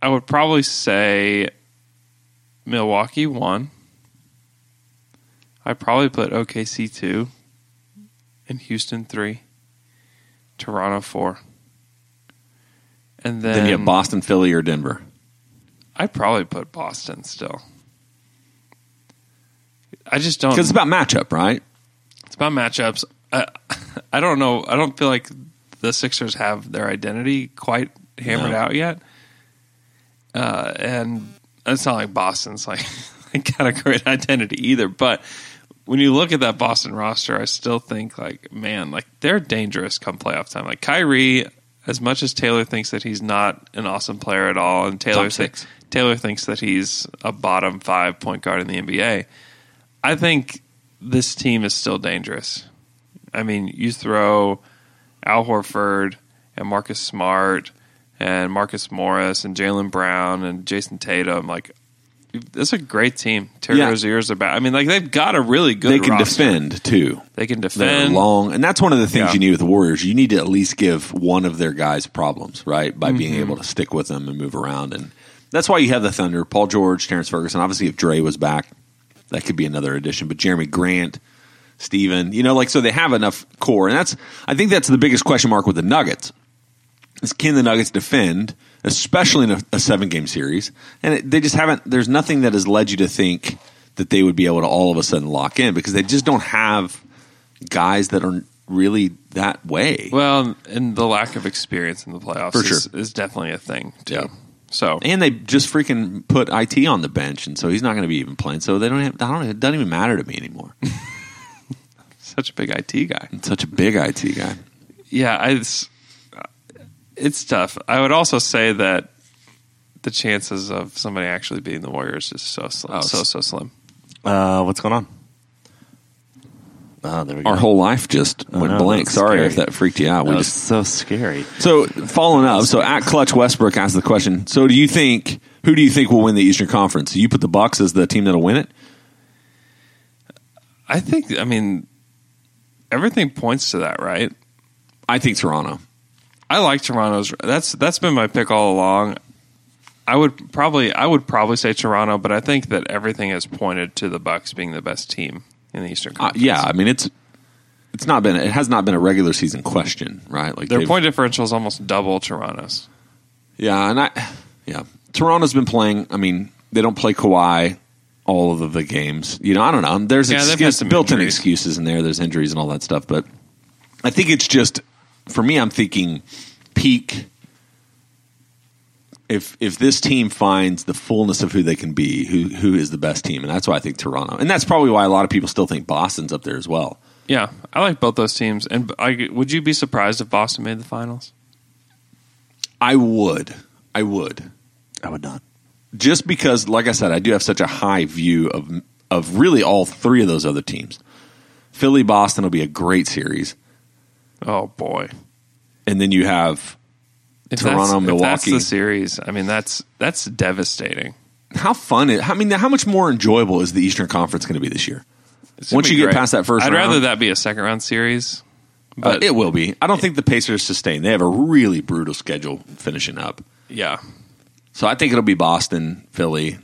I would probably say Milwaukee one. I'd probably put OKC two and Houston three. Toronto four. And then,
Then you have Boston, Philly, or Denver.
I'd probably put Boston still. I just don't
Because it's about matchup, right?
It's about matchups. I, I don't know. I don't feel like the Sixers have their identity quite hammered
No.
out yet. Uh, and it's not like Boston's like got a great identity either. But when you look at that Boston roster, I still think like man, like they're dangerous come playoff time. Like Kyrie, as much as Taylor thinks that he's not an awesome player at all, and Taylor
Top six.
thinks Taylor thinks that he's a bottom five point guard in the NBA. I think this team is still dangerous. I mean, you throw Al Horford and Marcus Smart and Marcus Morris and Jalen Brown and Jason Tatum, like that's a great team. Terry
Yeah.
Rozier's about. I mean, like they've got a really good.
they can
roster.
defend, too.
They can
They're
defend.
long. And that's one of the things
Yeah.
you need with the Warriors. You need to at least give one of their guys problems, right? By
Mm-hmm.
being able to stick with them and move around. And that's why you have the Thunder, Paul George, Terrence Ferguson. Obviously, if Dre was back, that could be another addition. But Jeremy Grant, Steven. You know, like so they have enough core, and that's I think that's the biggest question mark with the Nuggets is can the Nuggets defend, especially in a, a seven game series? And it, they just haven't. There's nothing that has led you to think that they would be able to all of a sudden lock in because they just don't have guys that are really that way.
Well, and the lack of experience in the playoffs
For
is,
sure.
is definitely a thing too.
Yeah.
So
And they just freaking put it on the bench, and so he's not going to be even playing. So they don't have. I don't. It doesn't even matter to me anymore.
such a big IT guy.
I'm such a big it guy.
Yeah, I, it's it's tough. I would also say that the chances of somebody actually beating the Warriors is so slim,
Oh,
so
it's-
so slim.
Uh, what's going on? Oh, there we go.
Our whole life just went
no,
blank.
that's
Sorry
scary.
if that freaked you out. We
that was
just
so scary.
so following up. So at Clutch Westbrook asked the question. So do you think who do you think will win the Eastern Conference? You put the Bucks as the team that'll win it.
I think. I mean, everything points to that, right?
I think Toronto.
I like Toronto's. That's that's been my pick all along. I would probably I would probably say Toronto, but I think that everything has pointed to the Bucks being the best team in the Eastern
Uh,
Conference.
yeah, I mean it's it's not been it has not been a regular season question, right? Like
their
they've-
point differential is almost double Toronto's.
Yeah, and I, yeah, Toronto's been playing. I mean, they don't play Kawhi all of the games. You know, I don't know. There's
Yeah, they've had
excuse,
some
built-in
injuries.
excuses in there. There's injuries and all that stuff, but I think it's just for me. I'm thinking peak. If if this team finds the fullness of who they can be, who who is the best team, and that's why I think Toronto, and that's probably why a lot of people still think Boston's up there as well.
Yeah, I like both those teams. And I, would you be surprised if Boston made the finals?
I would, I would.
I would not.
just because, like I said, I do have such a high view of of really all three of those other teams. Philly, Boston will be a great series,
Oh boy,
and then you have
if
Toronto,
that's, If that's
Milwaukee.
the series. I mean, that's that's devastating.
how fun. It, I mean, how much more enjoyable is the Eastern Conference going to be this year?
It's gonna
Once
be
you get
great.
past that first
I'd
round-
rather that be a second round series.
But
But
it will be. I don't think the Pacers sustain. They have a really brutal schedule finishing up,
yeah,
so I think it'll be Boston, Philly,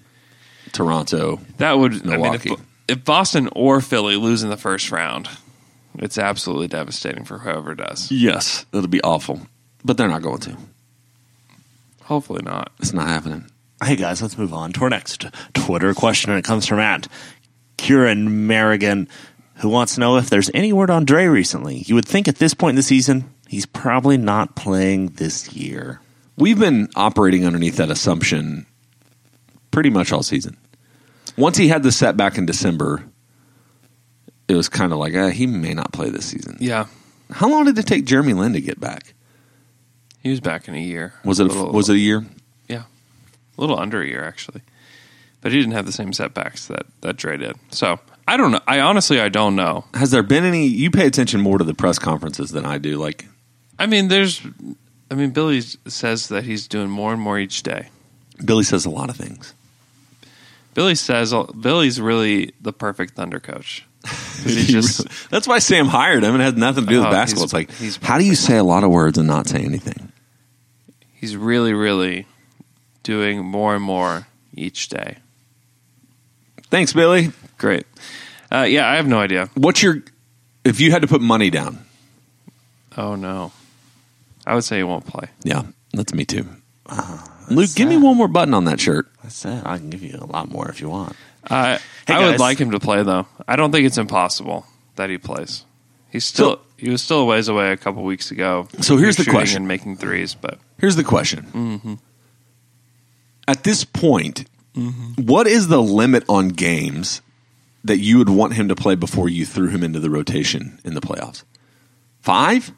Toronto.
that would I
Milwaukee.
mean, if, if Boston or Philly lose in the first round, it's absolutely devastating for whoever does.
Yes, it'll be awful, but they're not going to.
Hopefully not.
It's not happening.
Hey guys, let's move on to our next Twitter question, and it comes from at Kieran Merrigan, who wants to know if there's any word on Dre recently. You would think at this point in the season, he's probably not playing this year.
We've been operating underneath that assumption pretty much all season. Once he had the setback in December, it was kind of like eh, he may not play this season.
Yeah,
How long did it take Jeremy Lin to get back?
he was back in a year.
Was it a,
little,
was it a year?
yeah, a little under a year actually, but he didn't have the same setbacks that that Dre did. So I don't know. I honestly I don't know.
Has there been any? You pay attention more to the press conferences than I do. Like
I mean, there's. I mean, Billy says that he's doing more and more each day.
Billy says a lot of things.
Billy says uh, Billy's really the perfect Thunder coach. 'Cause he
He
just
really- that's why Sam hired him. It had nothing to do with
Oh,
basketball.
he's-
It's like,
he's-
how do you say a lot of words and not say anything?
he's really really doing more and more each day.
Thanks, Billy.
Great. Uh, yeah, I have no idea.
What's your? If you had to put money down,
Oh no, I would say he won't play.
Yeah, that's me too. Luke, give me one more button on that shirt.
That's it. I can give you a lot more if you want.
I
Hey,
I would
guys.
like him to play though. I don't think it's impossible that he plays. He's still he was still a ways away a couple weeks ago.
So here's the
Shooting
question.
and making threes, but
Here's the question. At this point, what is the limit on games that you would want him to play before you threw him into the rotation in the playoffs? Five?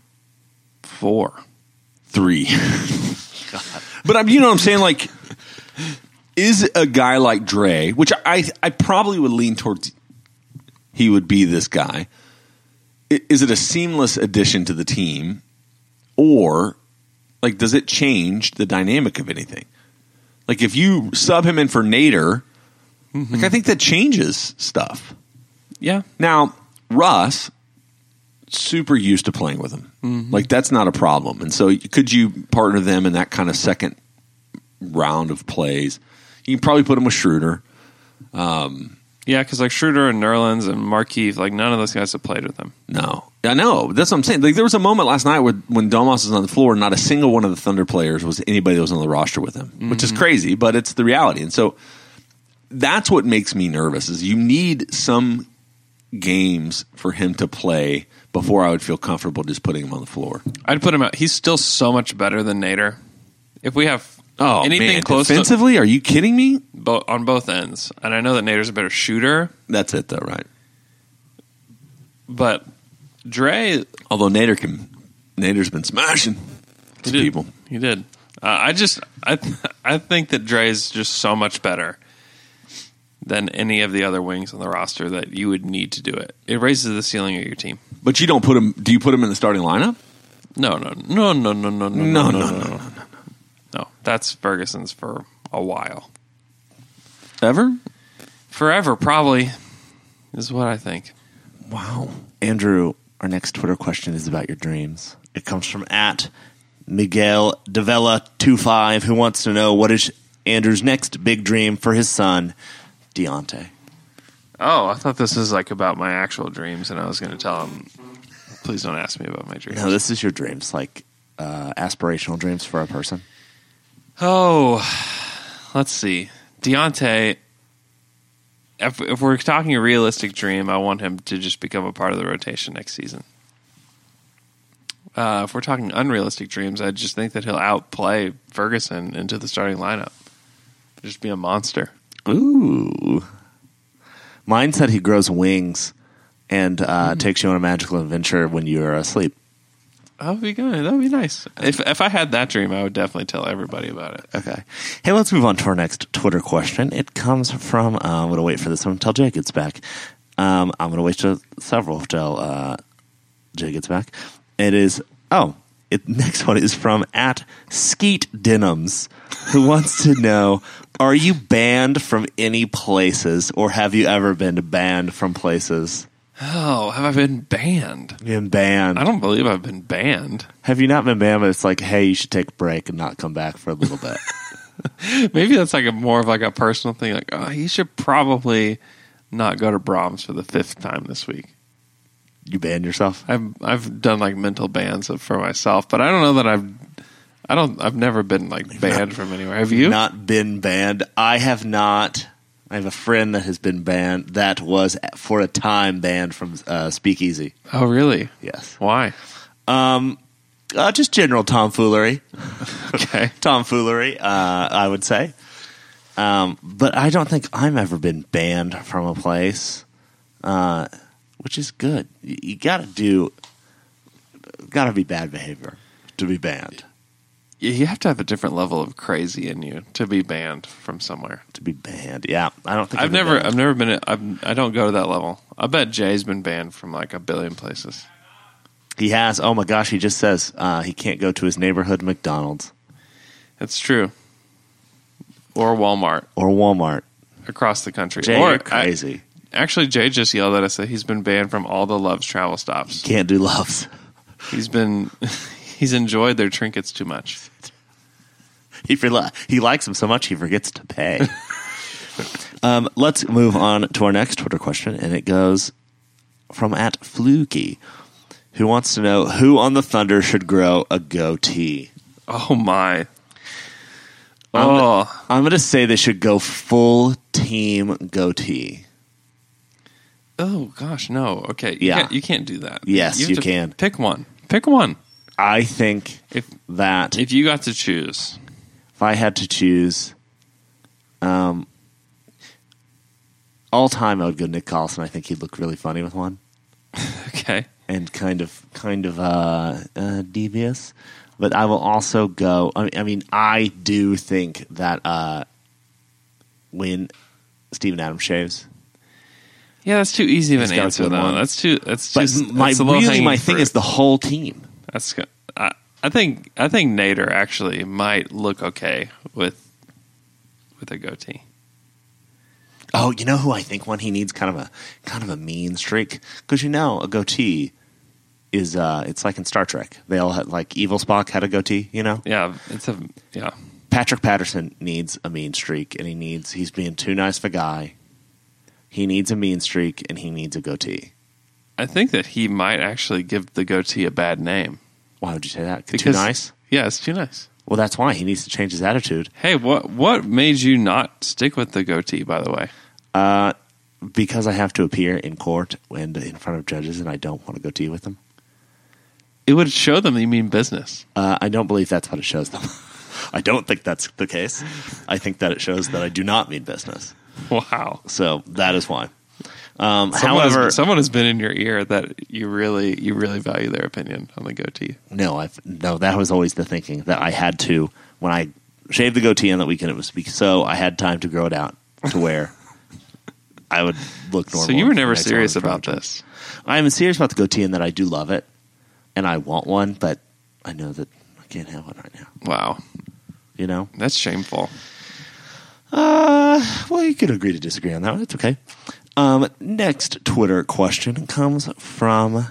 four.
Three. but I'm, you know what I'm saying? Like, is a guy like Dre, which I, I probably would lean towards he would be this guy. I- Is it a seamless addition to the team, or like does it change the dynamic of anything? Like if you sub him in for Nader, like I think that changes stuff.
Yeah.
Now Russ, super used to playing with him, like that's not a problem. And so could you partner them in that kind of second round of plays? You can probably put him with Schroeder.
Yeah, because like Schroeder and Nerlens and Markeith, like none of those guys have played with him.
No, I know. That's what I'm saying. Like there was a moment last night with, when Domas was on the floor, not a single one of the Thunder players was anybody that was on the roster with him, which is crazy, but it's the reality. And so that's what makes me nervous. Is you need some games for him to play before I would feel comfortable just putting him on the floor.
I'd put him out. He's still so much better than Nader. If we have
Oh,
anything
man.
close to
defensively? are you kidding me?
bo- on both ends, and I know that Nader's a better shooter,
That's it, though, right?
but Dre
Although Nader can, Nader's been smashing
He
to
did.
people.
He did. Uh, I just I I think that Dre is just so much better than any of the other wings on the roster that you would need to do it. It raises the ceiling of your team.
But you don't put him. Do you put him in the starting lineup?
No, no, no, no, no, no, no,
No, no, no,
No, that's Ferguson's for a while,
Ever?
forever, probably is what I think.
Wow. Andrew, our next Twitter question is about your dreams. It comes from at Miguel Devella25, who wants to know what is Andrew's next big dream for his son, Deontay.
Oh, I thought this was like about my actual dreams, and I was going to tell him, please don't ask me about my dreams.
No, this is your dreams, like uh, aspirational dreams for a person.
Oh, let's see. Deontay, if, if we're talking a realistic dream, I want him to just become a part of the rotation next season. Uh, if we're talking unrealistic dreams, I just think that he'll outplay Ferguson into the starting lineup. Just be a monster.
Ooh. Mine said he grows wings and uh, takes you on a magical adventure when you're asleep.
That would be good. That would be nice. If if I had that dream, I would definitely tell everybody about it.
Okay. Hey, let's move on to our next Twitter question. It comes from, uh, I'm going to wait for this one until Jay gets back. Um, I'm going to wait till several till uh, Jay gets back. It is, oh, it, next one is from at Skeet Denims, who wants to know Are you banned from any places or have you ever been banned from places?
Oh, have I been banned?
Been banned.
I don't believe I've been banned.
have you not been banned, but it's like, hey, you should take a break and not come back for a little bit?
Maybe that's like a more of like a personal thing. Like, oh, he should probably not go to Brahms for the fifth time this week.
you banned yourself?
I've I've done like mental bans for myself, but I don't know that I've I don't I've never been like banned from anywhere. Have you?
not been banned. I have not. I have a friend that has been banned. That was for a time banned from uh, Speakeasy.
oh, really?
Yes.
Why?
Um, uh, just general tomfoolery.
Okay.
Tomfoolery, uh, I would say. Um, but I don't think I've ever been banned from a place, uh, which is good. You, you got to do, got to be bad behavior to be banned.
You- You have to have a different level of crazy in you to be banned from somewhere.
To be banned, yeah. I don't think
I've
been
never
banned.
I've never been I've, I don't go to that level. I bet Jay's been banned from like a billion places.
He has. Oh my gosh, he just says uh, he can't go to his neighborhood McDonald's
That's true. Or Walmart
or Walmart.
across the country.
Jay,
or
you're
I-
crazy.
Actually, Jay just yelled at us that he's been banned from all the Love's travel stops.
can't do loves.
He's been he's enjoyed their trinkets too much.
He forla- he likes him so much he forgets to pay. um, let's move on to our next Twitter question, and it goes from at Fluky, who wants to know who on the Thunder should grow a goatee.
Oh my!
I'm-
Oh,
I'm going to say they should go full team goatee.
oh gosh, no. Okay, you
Yeah.
can't, you can't do that.
Yes,
have
you
to
can.
pick one. Pick one.
I think
If
that
if you got to choose,
if I had to choose, um, all time, I would go Nick Collison. I think he'd look really funny with one,
okay.
and kind of, kind of uh, uh, devious. But I will also go. I mean, I, mean, I do think that uh, when Stephen Adams shaves,
Yeah, that's too easy of
He's
an
gotta
answer
pick
though.
one.
That's too. That's
but
just
my
that's the low
really
hanging
my thing
fruit.
is the whole team.
That's go- I, I think I think Nader actually might look okay with with a goatee.
Oh, you know who I think one he needs kind of a kind of a mean streak because you know a goatee is uh it's like in Star Trek they all had like evil Spock had a goatee you know
Yeah, it's a yeah.
Patrick Patterson needs a mean streak and he needs he's being too nice of a guy He needs a mean streak and he needs a goatee.
I think that he might actually give the goatee a bad name.
Why would you say that? Too
Because-
nice.
Yeah, it's too nice.
Well, that's why he needs to change his attitude
Hey, what what made you not stick with the goatee? By the way,
because I have to appear in court and in front of judges, and I don't want a goatee with them.
it would show them that you mean business.
Uh, I don't believe that's what it shows them. I don't think that's the case. I think that it shows that I do not mean business.
Wow.
So that is why. Um,
Someone has-
however,
someone has been in your ear that you really you really value their opinion on the goatee.
no, I no, that was always the thinking that I had to when I shaved the goatee on that weekend. It was because, so I had time to grow it out to where I would look normal.
so you were
for the
never
next
serious
one in front
about
of judges.
this.
I am serious about the goatee in that I do love it and I want one, but I know that I can't have one right now.
Wow,
You know.
that's shameful.
Uh, well, you could agree to disagree on that one. It's okay. Um, next Twitter question comes from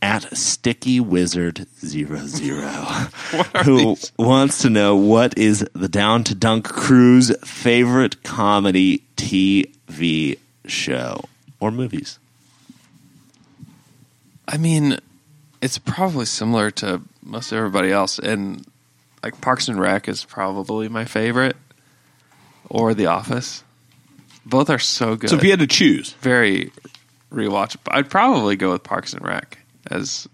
at Sticky Wizard 00 who wants to know what is the Down to Dunk Crew's favorite comedy TV show or movies?
I mean, it's probably similar to most everybody else, and like Parks and Rec is probably my favorite, or The Office. Both are so good.
So if you had to choose,
very rewatchable. I'd probably go with Parks and Rec as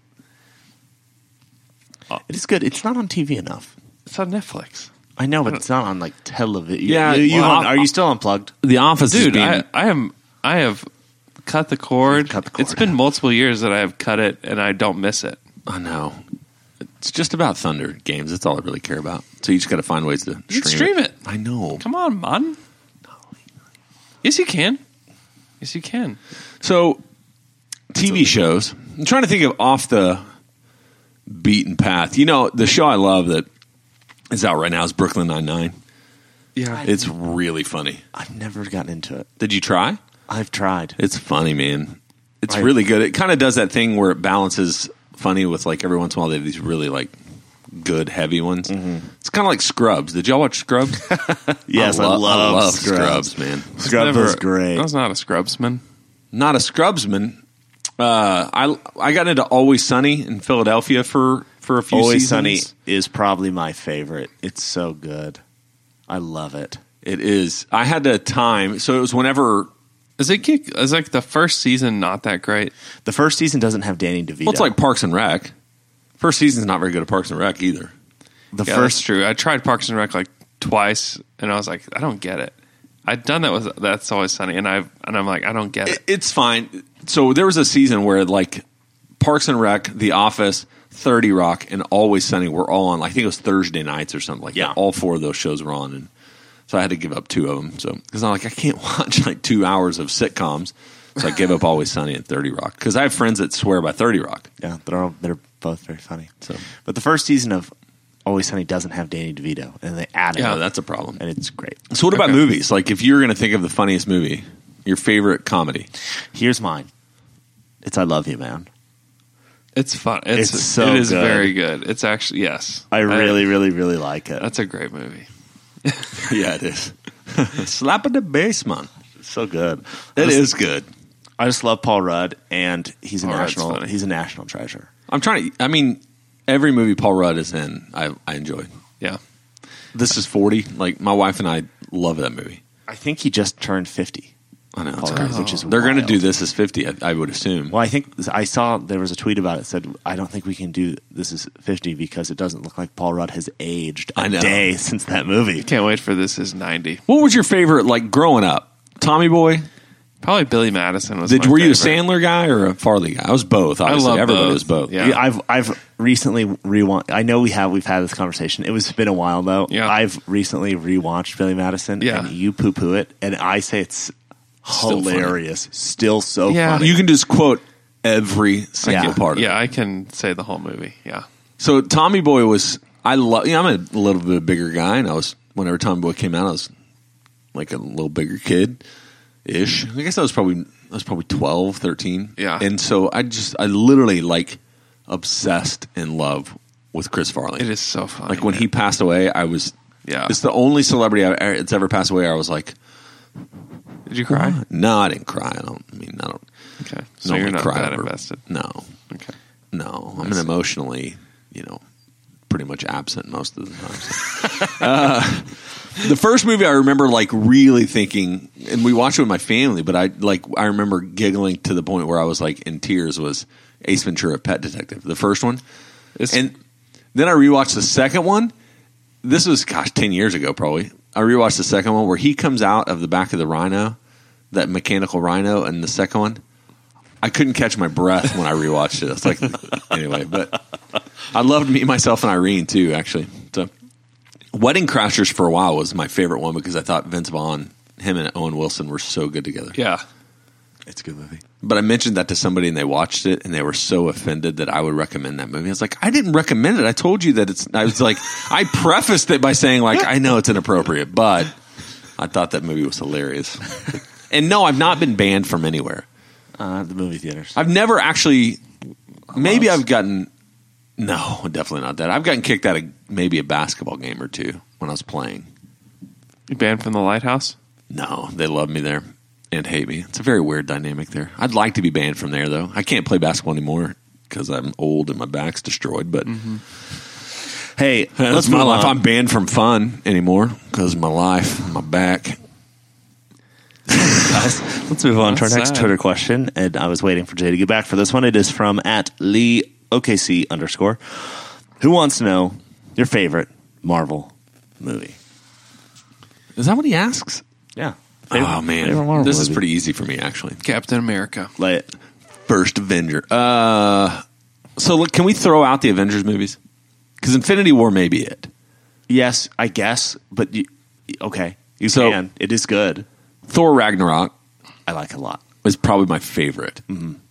It is good. It's not on TV enough.
it's on Netflix.
I know, but it's not on like television.
Yeah,
you, you
well,
on-
I-
are you still unplugged?
The Office,
Dude,
Is being,
I, I am. I have cut the cord.
Cut the
It's
cord.
been multiple years that I have cut it, and I don't miss it.
I know. It's just about Thunder games. That's all I really care about. So you just got to find ways to stream,
stream it.
I know.
Come on, man. Yes, you can. Yes, you can.
So TV shows. I'm trying to think of off the beaten path. You know, the show I love that is out right now is Brooklyn Nine Nine.
Yeah.
It's really funny.
I've never gotten into it.
Did you try?
I've tried.
It's funny, man. It's
I-
really good. It kind of does that thing where it balances funny with like every once in a while they have these really like good heavy ones.
Mm-hmm.
It's kind of like Scrubs. Did y'all watch Scrubs?
Yes, I,
lo-
love, Scrubs.
Scrubs, man.
Scrub was great.
I was not a scrubsman.
not a scrubsman. Uh, I I got into Always Sunny in Philadelphia for for a few
Always
seasons.
Sunny is probably my favorite. It's so good. I love it.
It is. I had a time, so it was whenever.
Is it get, is like the first season not that great?
The first season doesn't have Danny DeVito.
Well, it's like Parks and Rec. First season's not very good at Parks and Rec either.
the
Yeah, that's
first.
true. I tried Parks and Rec like twice, and I was like, I don't get it. I'd done that with That's Always Sunny, and I have and I'm like, I don't get
It,
it.
it's fine. So there was a season where like Parks and Rec, The Office, Thirty Rock, and Always Sunny were all on. I think it was Thursday nights or something like
Yeah.
that. All four of those shows were on, and so I had to give up two of them. So because I'm like I can't watch like two hours of sitcoms, so I gave up Always Sunny and Thirty Rock because I have friends that swear by Thirty Rock.
Yeah, they're all, they're both very funny.
So
But the first season of Always Sunny doesn't have Danny DeVito, and they add it.
yeah, that's a problem.
and it's great.
So what about movies? Like if you're going to think of the funniest movie, your favorite comedy,
Here's mine. It's I Love You, Man.
It's fun. It's,
It's so
it is
good.
very good. It's actually yes.
I really, really, really like it.
that's a great movie.
yeah, it is. Slap in the bass, man.
It's so good. I
That
just-
is good.
I just love Paul Rudd, and he's a
Paul Rudd's
national.
funny.
He's a national treasure.
I'm trying to. I mean, every movie Paul Rudd is in, I, I enjoy.
Yeah.
This is 40. Like my wife and I love that movie.
I think he just turned fifty.
I know it's
Paul
crazy.
Rudd, which is
They're going to
wild.
do this as 50. I, I would assume.
Well, I think I saw there was a tweet about it said I don't think we can do this is 50 because it doesn't look like Paul Rudd has aged a
I know.
day since that movie.
Can't wait for this is ninety.
What was your favorite? Like growing up, Tommy Boy.
Probably Billy Madison was.
Did,
my
were you a
favorite.
Sandler guy or a Farley guy? I was both. Obviously.
love
Everybody
both.
was both.
Yeah.
I've I've recently rewatched. I know we have we've had this conversation. It was been a while though.
Yeah.
I've recently rewatched Billy Madison.
Yeah.
and you poo poo it, and I say it's
Still funny.
hilarious. Still so
Yeah.
funny.
You can just quote every single
Yeah.
part. Of It.
Yeah, I can say the whole movie. Yeah.
So Tommy Boy was I love. You know, I'm a little bit bigger guy, and I was whenever Tommy Boy came out, I was like a little bigger kid ish. I guess I was probably I was probably 12, 13.
Yeah.
and so I just I literally like obsessed in love with Chris Farley.
It is so funny.
like when he passed away, I was
Yeah.
e, It's the only celebrity I, it's ever passed away. I was like,
Did you cry?
No, I didn't cry. I don't I mean I don't
Okay. So
normally
you're not
cry
that
over-
invested.
No.
Okay.
No. I'm an emotionally, you know, pretty much absent most of the time. so. uh, the first movie I remember like really thinking and we watched it with my family, but I like I remember giggling to the point where I was like in tears was Ace Ventura Pet Detective. The first one.
It's,
And then I rewatched the second one. This was gosh, ten years ago probably. I rewatched the second one where he comes out of the back of the rhino, that mechanical rhino, and the second one. I couldn't catch my breath when I rewatched it. It's like anyway, but I loved Meet Myself and Irene too, actually. So Wedding Crashers for a while was my favorite one because I thought Vince Vaughn, him and Owen Wilson were so good together.
yeah.
It's a good movie. But I mentioned that to somebody and they watched it and they were so offended that I would recommend that movie. I was like, I didn't recommend it. I told you that it's, I was like, I prefaced it by saying, like, I know it's inappropriate, but I thought that movie was hilarious. and no, I've not been banned from anywhere.
Uh, the movie theaters.
I've never actually, maybe I've gotten, no, definitely not that. I've gotten kicked out of maybe a basketball game or two when I was playing.
You banned from the lighthouse?
No, they love me there and hate me. It's a very weird dynamic there. I'd like to be banned from there though. I can't play basketball anymore because I'm old and my back's destroyed. But
Hey,
that's
let's
my
move
life.
on.
I'm banned from fun anymore because my life, my back.
Let's move on to our
That's
next
sad.
Twitter question. And I was waiting for Jay to get back for this one. It is from at Lee OKC underscore. Who wants to know your favorite Marvel movie?
Is that what he asks?
Yeah.
oh
favorite
man,
Marvel
this is
movie.
pretty easy for me actually.
Captain America.
Lay it.
First Avenger. Uh, so look, can we throw out the Avengers movies? Because Infinity War may be it.
Yes, I guess, but you, okay. You
So-
can. It is good.
Thor Ragnarok
I like it a lot.
is probably my favorite.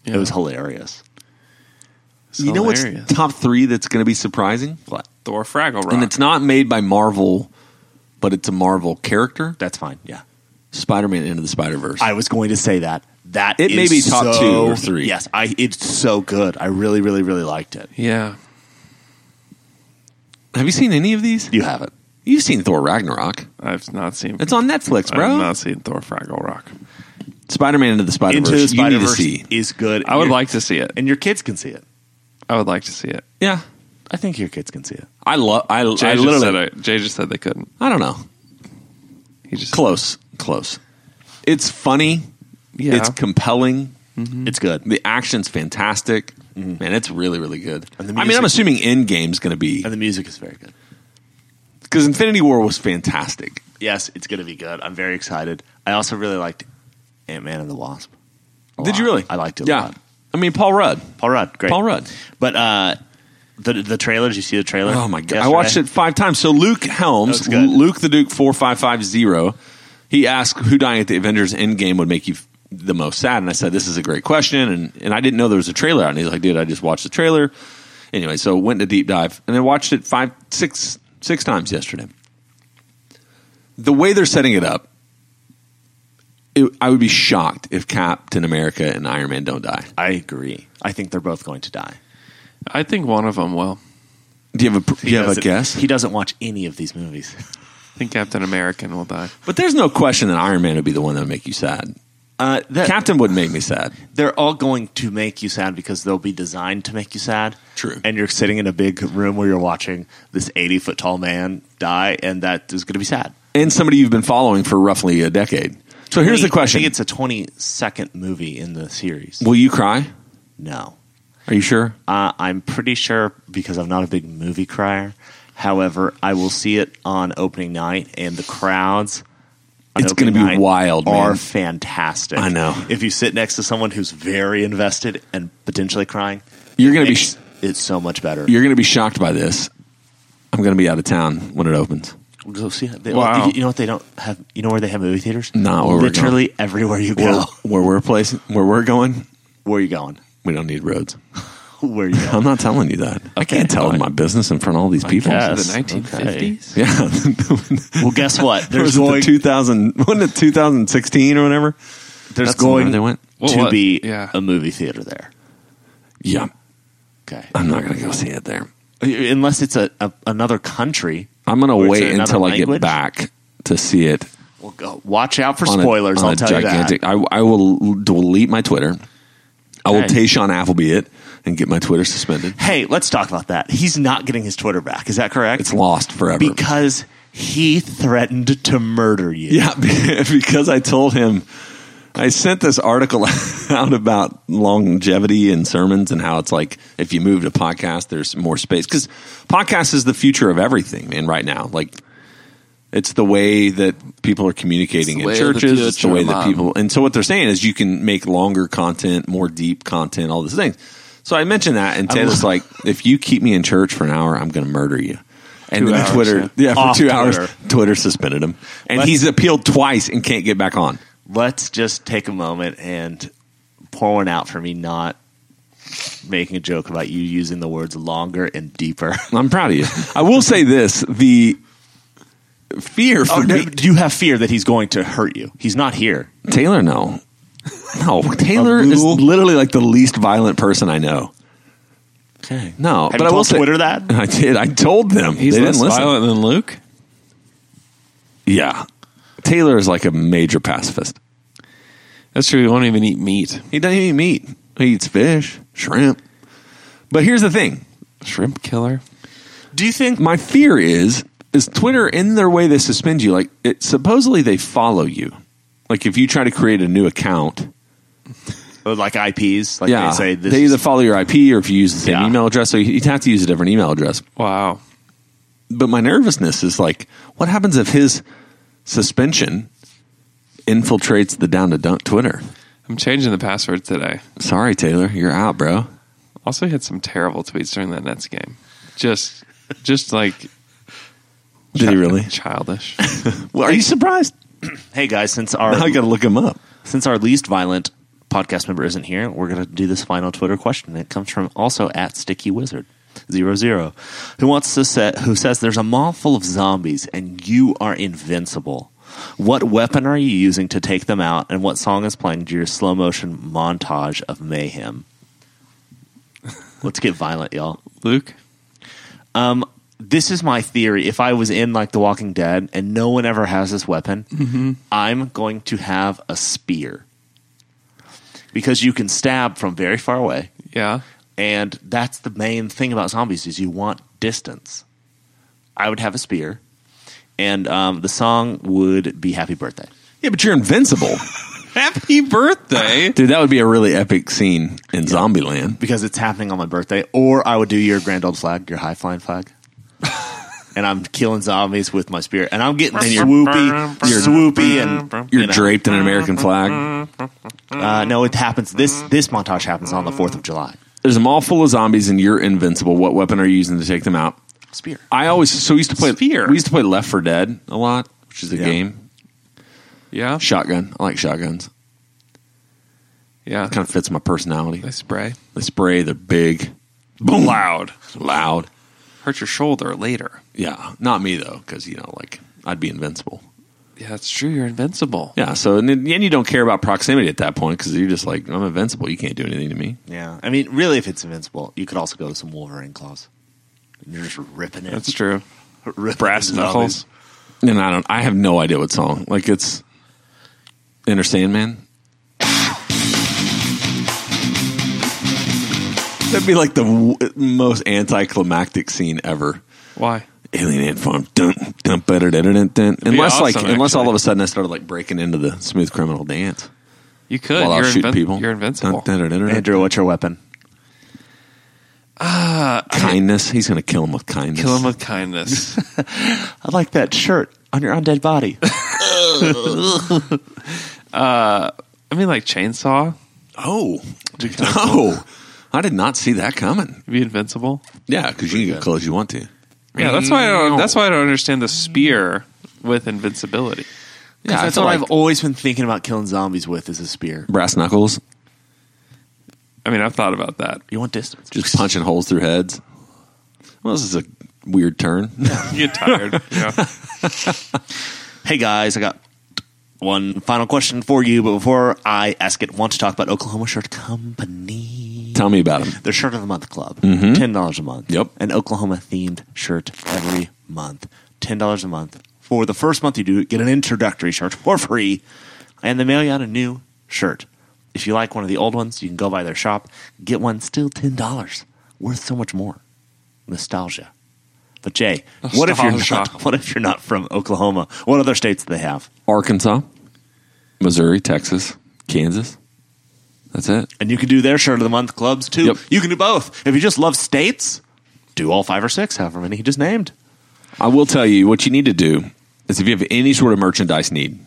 It was hilarious.
You know what's
Hilarious.
top three that's going to be surprising?
What?
Thor Fraggle Rock.
And it's not made by Marvel, but it's a Marvel character.
That's fine. Yeah.
Spider Man Into the Spider Verse.
I was going to say that. That
It may
is
be top
so-
two or three.
Yes, I. It's so good. I really, really, really liked it.
yeah.
Have you seen any of these?
You haven't.
You've seen Thor Ragnarok.
I've not seen
It's on Netflix,
I've
bro.
not seen Thor Fraggle Rock.
Spider Man Into the Spider
Into the
Verse. You
Spider
need to
Verse
see.
is good.
I would
Your-
like to see it.
and your kids can see it.
I would like to see it.
Yeah,
I think your kids can see it.
I love. I, I
Jay, just said
literally.
I, Jay just said they couldn't.
I don't know.
He just
Close, close. It's funny.
Yeah.
It's compelling.
Mm-hmm. It's good.
The action's fantastic. Man, it's really, really good.
Mm-hmm. And the
I mean, I'm
music-
assuming Endgame's going to be
And the music is very good.
because Infinity War was fantastic.
Yes, it's going to be good. I'm very excited. I also really liked Ant Man and the Wasp. a
Did
lot.
you really?
I liked it a
Yeah.
lot.
I mean, Paul Rudd.
Paul Rudd, great.
Paul Rudd.
But uh, the the trailers, you see the trailer?
Oh my god! I
yesterday?
watched it five times. So Luke
Looks
Helms,
good.
Luke the Duke four five five zero. He asked who dying at the Avengers Endgame would make you f- the most sad, and I said this is a great question, and and I didn't know there was a trailer out, and he's like, dude, I just watched the trailer. Anyway, so went to deep dive, and I watched it five six six times yesterday. The way they're setting it up, it, I would be shocked if Captain America and Iron Man don't die.
I agree. I think they're both going to die.
I think one of them will.
Do you have a pr- do
He
you have a
doesn't-
guess?
He doesn't watch any of these movies.
I think Captain American will die.
But there's no question that Iron Man would be the one that would make you sad.
Uh, that,
Captain would make me sad.
they're all going to make you sad because they'll be designed to make you sad.
True.
And you're sitting in a big room where you're watching this 80 foot tall man die, and that is going to be sad.
And somebody you've been following for roughly a decade. So here's the
Twenty- I
question.
think it's a 20 second movie in the series.
Will you cry?
No.
Are you sure?
Uh, I'm pretty sure because I'm not a big movie crier. However, I will see it on opening night, and the crowds. on
It's gonna
opening
be
night
wild, man.
Are fantastic.
I know.
If you sit next to someone who's very invested and potentially crying,
You're going to be
it's, it's so much better.
you're going to be shocked by this. I'm going to be out of town when it opens.
Go see it. They-
Wow.
You know what they don't have? You know where they have movie theaters?
Not where we're
literally everywhere you go.
Where, where we're placing, where we're going,
Where are you going?
we don't need roads.
Where are you going?
I'm not telling you that. I can't tell my business in front of all these people.
guess.
Is
Yes.
it the 1950s?
Yeah.
well, guess what? There's
There's the
going
2000, wasn't it 2016 or whatever?
there's
That's the one
going
they went.
Well,
to
what?
be
Yeah.
a movie theater there.
Yeah.
Okay.
I'm not going to go see it there.
Unless it's a, a another country.
I'm gonna
Or it's
wait
another
until I get
language?
back to see it
Well, go watch out for
on a-
spoilers.
on
i
a
I'll tell you
gigantic, I, I will l- delete my Twitter. I will
Hey.
Tayshawn Appleby it and get my Twitter suspended.
that. Hey, let's talk about that. He's not getting his Twitter back. Is that correct?
It's lost forever.
because he threatened to murder you.
yeah, because I told him I sent this article out about longevity and sermons and how it's like if you move to podcast, there's more space because podcast is the future of everything, man. Right now, like it's the way that people are communicating
It's the
in
way of the
churches. it's the
future,
way that
man.
people, and so what they're saying is you can make longer content, more deep content, all these things. So I mentioned that, and Taylor's like, if you keep me in church for an hour, I'm going to murder you. And
Two
then
hours,
Twitter,
yeah.
yeah, for
Off
two
Twitter.
hours, Twitter suspended him, and
Let's-
he's appealed twice and can't get back on.
Let's just take a moment and pour one out for me not making a joke about you using the words longer and deeper.
I'm proud of you. I will say this: the fear for
Oh, no,
me,
do you have fear that he's going to hurt you? He's not here.
Taylor. No, no, Taylor
A
is
Google?
literally like the least violent person I know.
Okay.
No,
Have
but
you
I will
told
say,
Twitter that?
I did. I told them
He's
they
less
didn't listen.
violent than Luke.
Yeah, Taylor is like a major pacifist.
That's true. He won't even eat meat.
He doesn't even eat meat. He eats fish, shrimp. But here's the thing:
Shrimp killer.
Do you think
my fear is is Twitter in their way they suspend you. Like it supposedly they follow you. Like if you try to create a new account,
like IPs? Like
yeah,
they say this
they
is-
either follow your IP or if you use the same
Yeah.
email address, so you'd have to use a different email address.
Wow.
But my nervousness is like, what happens if his suspension infiltrates the down to dunk Twitter?
I'm changing the password today.
Sorry, Taylor, you're out, bro.
Also, he had some terrible tweets during that Nets game. Just, just like
Did he really?
childish.
Well, are you surprised?
Hey guys, since our
Now I got to look him up.
since our least violent podcast member isn't here, we're going to do this final Twitter question. It comes from also at Sticky Wizard zero zero, who wants to say, who says there's a mall full of zombies and you are invincible. What weapon are you using to take them out, and what song is playing to your slow motion montage of mayhem? Let's get violent, y'all.
Luke,
This is my theory. If I was in like The Walking Dead and no one ever has this weapon, I'm going to have a spear because you can stab from very far away,
yeah,
and that's the main thing about zombies is you want distance. I would have a spear, and um, the song would be "Happy Birthday."
Yeah, but you're invincible.
happy birthday.
Dude, that would be a really epic scene in Zombieland.
because it's happening on my birthday, or I would do your grand old flag, your high flying flag. and I'm killing zombies with my spear, and I'm getting swoopy, swoopy, and
You're
you know.
draped in an American flag.
Uh, no, it happens. This this montage happens on the Fourth of July.
There's a mall full of zombies, and you're invincible. What weapon are you using to take them out?
Spear.
I always so we used to play.
Spear.
We used to play Left for Dead a lot, which is a
Yeah.
game.
Yeah,
Shotgun. I like shotguns.
yeah.
Kind of fits my personality.
They spray.
They spray. They're big. Boom. Loud. Loud.
Hurt your shoulder later.
Yeah. Not me though, because you know, like I'd be invincible.
Yeah, that's true. You're invincible.
Yeah. So and, then- and you don't care about proximity at that point because you're just like I'm invincible. You can't do anything to me.
Yeah, I mean, really, if it's invincible, you could also go to some Wolverine claws. And You're just ripping it.
That's true.
ripping
Brass
the zombies.
knuckles.
And I don't. I have no idea what song. Like it's Inner Sandman. That'd be like the w- most anticlimactic scene ever.
Why?
Alien Ant Farm. Dun, dun, better, dun, dun, dun.
be
Unless
awesome,
like, unless
actually.
all of a sudden I started like breaking into the smooth criminal dance
You could.
while I
you're
was shooting
invin-
people.
You're invincible.
Dun, dun, dun, dun, dun.
Andrew, what's your weapon?
Kindness. He's gonna kill him with kindness.
Kill him with kindness.
I like that shirt on your undead body.
I mean, like chainsaw.
oh, no! I did not see that coming.
Be invincible.
Yeah, because you can get close you want to.
Yeah, that's why. I
Mm.
don't, that's why I don't understand the spear with invincibility.
Yeah, I
that's
feel
what
like
I've always been thinking about killing zombies with is a spear.
brass knuckles.
I mean, I've thought about that.
You want distance.
just punching holes through heads. Well, this is a weird turn.
You get tired. yeah.
Hey guys, I got one final question for you, but before I ask it, want to talk about Oklahoma Shirt Company.
Tell me about him.
The Shirt of the Month Club. $10 a month.
Mm-hmm. Yep.
An Oklahoma themed shirt every month. $10 a month for the first month you do get an introductory shirt for free, and they mail you out a new shirt. If you like one of the old ones, you can go by their shop, get one, still ten dollars, worth so much more. Nostalgia. But Jay, what if you're
Nostalgia.
not? What if you're not from Oklahoma? What other states do they have?
Arkansas, Missouri, Texas, Kansas. That's it.
And you can do their shirt of the month clubs too.
Yep.
You can do both. If you just love states, do all five or six, however many he just named.
I will tell you what you need to do is if you have any sort of merchandise need,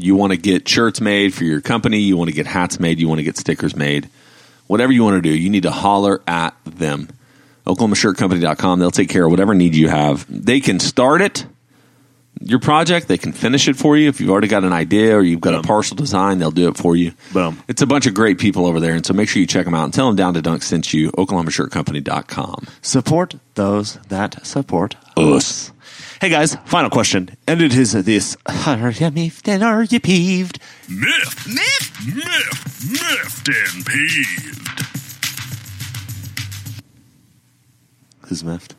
you want to get shirts made for your company, you want to get hats made, you want to get stickers made, whatever you want to do, you need to holler at them. OklahomaShirtCompany.com, they'll take care of whatever need you have. They can start it, your project, they can finish it for you. If you've already got an idea or you've got a partial design, they'll do it for you.
Boom.
It's a bunch of great people over there. And so make sure you check them out and tell them Down to Dunk sent you, OklahomaShirtCompany.com.
Support those that support us. Hey guys, final question. And it is this Are you miffed and are you peeved?
Miff, miff, miff, miffed and peeved.
Who's miffed?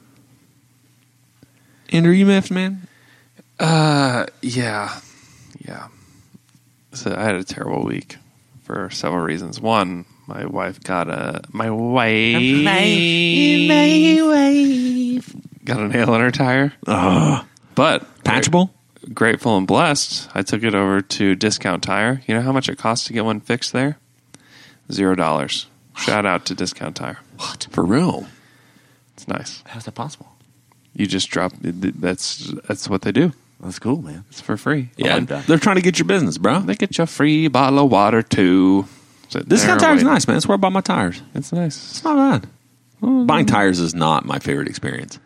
Andrew, you miffed, man?
Yeah, yeah. So I had a terrible week for several reasons. One, my wife got a my wife got a nail in her tire. But
Patchable?
grateful and blessed, I took it over to Discount Tire. You know how much it costs to get one fixed there? Zero dollars. Shout out to Discount Tire.
What? For real?
It's nice.
How's that possible?
You just drop. That's that's what they do.
That's cool, man.
It's for free.
Yeah,
like that.
they're trying to get your business, bro.
They get you a free bottle of water too. Sit
This
there
kind of tire's
waiting.
nice, man. That's where I bought my tires.
It's nice.
It's not bad. Buying tires is not my favorite experience.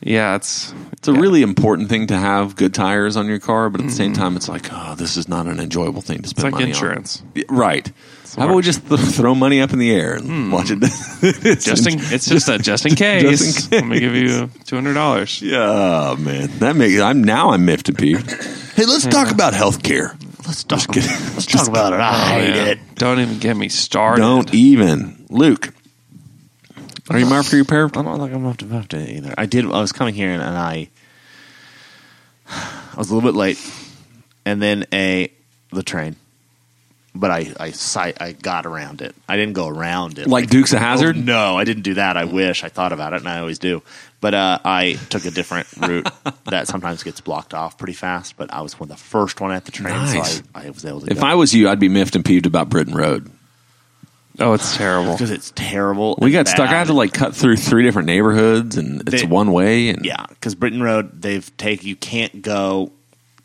Yeah, it's
It's a really important thing to have good tires on your car, but at the same time, it's like, oh, this is not an enjoyable thing to
it's
spend
like
money on.
insurance.
Yeah, Right.
the
How about we
worst.
just th- throw money up in the air and watch it? It's
Just in, it's just a just in case.
Just
Let me give you two hundred dollars.
Yeah, oh, man, that makes I'm now I'm miffed and peeved. Hey, let's talk about healthcare.
Let's talk,
kidding.
let's talk about it. I hate it.
Don't even get me started.
Don't e- even, Luke. Are you marked for your pair? of-
I don't like I'm not about to either. I did. I was coming here and, and I, I was a little bit late, and then a the train, but I I si- I got around it. I didn't go around it.
Like Dukes of Hazard?
Oh, no, I didn't do that. I wish I thought about it, and I always do. But uh, I took a different route that sometimes gets blocked off pretty fast. But I was one of the first one at the train,
Nice.
so I, I was able to.
If I was you, I'd be miffed and peeved about Britain Road.
Oh, it's terrible.
because it's terrible.
We
and
got stuck. I
bad.
had to like cut through three different neighborhoods, and it's
They-
one way, and
yeah, because Britain Road they've taken. You can't go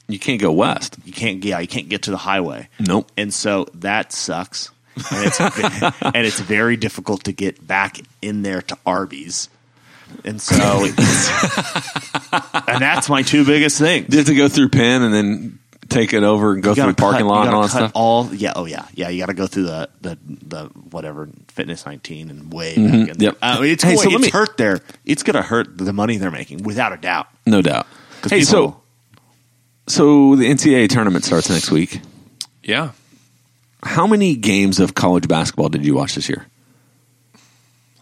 you can't go west.
you can't yeah you can't get to the highway
Nope.
and so that sucks and it's, and it's very difficult to get back in there to arby's and so it's- and that's my two biggest things
You have to go through Penn and then take it over and go
You
through
gotta
the parking
cut-
lot
you
and
gotta
all that
cut
stuff.
all yeah oh yeah yeah you gotta go through the the, the whatever fitness 19 and way back in there.
Mm-hmm. Yep.
Uh, it's,
Hey,
going,
so let
it's
me-
hurt there it's gonna hurt the money they're making without a doubt
no doubt.
'Cause
Hey,
people-
so so the NCAA tournament starts next week.
Yeah,
How many games of college basketball did you watch this year?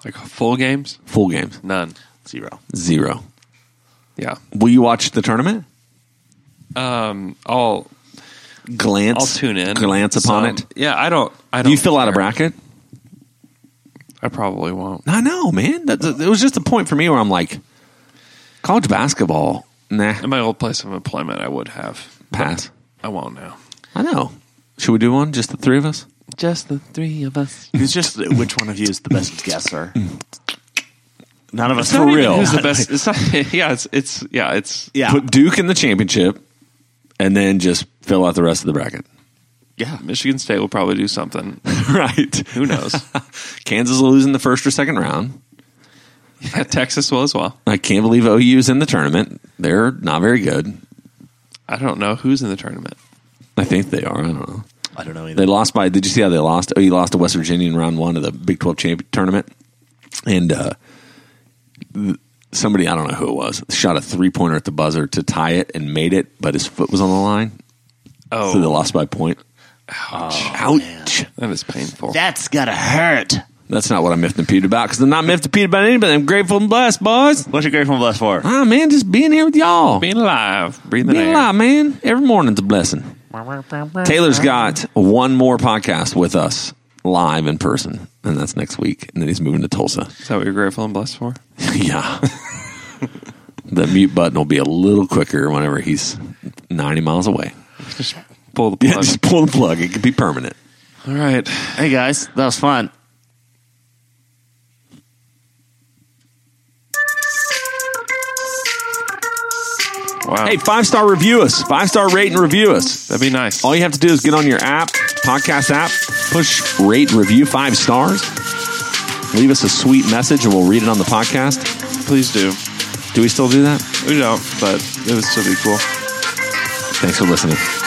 like full games,
Full games,
none.
zero
zero.
Yeah,
Will you watch the tournament?
Um, I'll
Glance.
I'll tune in.
Glance upon
Some-
it.
Yeah, I don't. I
Do
don't.
you fill out a
care.
bracket?
I probably won't.
I know, man. That, that- it was just a point for me where I'm like, college basketball, nah,
In my old place of employment, I would have.
pass.
I won't now.
I know. Should we do one? Just the three of us?
Just the three of us.
it's just which one of you is the best guesser none of us
For real.
Who's the best? It's not, yeah, it's it's yeah, it's
yeah
Put Duke in the championship, and then just fill out the rest of the bracket.
yeah. Michigan State will probably do something.
right.
Who knows?
Kansas will lose in the first or second round.
Yeah, Texas will as well.
I can't believe OU's in the tournament. They're not very good.
I don't know who's in the tournament.
I think they are. I don't know.
I don't know either.
They lost by. Did you see how they lost? Oh, you lost to West Virginia in round one of the Big Twelve champ tournament, and uh, th- somebody I don't know who it was shot a three pointer at the buzzer to tie it and made it, but his foot was on the line,
Oh,
so they lost by a point. Ouch!
man.
that is painful.
That's gotta hurt.
That's not what I'm miffed and peeved about because I'm not miffed and peeved about anybody. I'm grateful and blessed, boys.
What's your grateful and blessed for?
Ah, man, just being here with y'all.
Being alive, breathing
Being
air.
alive, man. Every morning's a blessing. Taylor's got one more podcast with us live in person, and that's next week. And then he's moving to Tulsa.
Is that what you're grateful and blessed for?
yeah. the mute button will be a little quicker whenever he's 90 miles away.
Just pull the
Yeah,
plug.
just pull the plug. It could be permanent.
All right.
Hey guys, that was fun.
Wow.
Hey, five star review us, five star rate and review us.
That'd be nice.
All you have to do is get on your app, podcast app, push rate review five stars, leave us a sweet message, and we'll read it on the podcast.
Please do.
Do we still do that?
We don't, but it would still be cool.
Thanks for listening.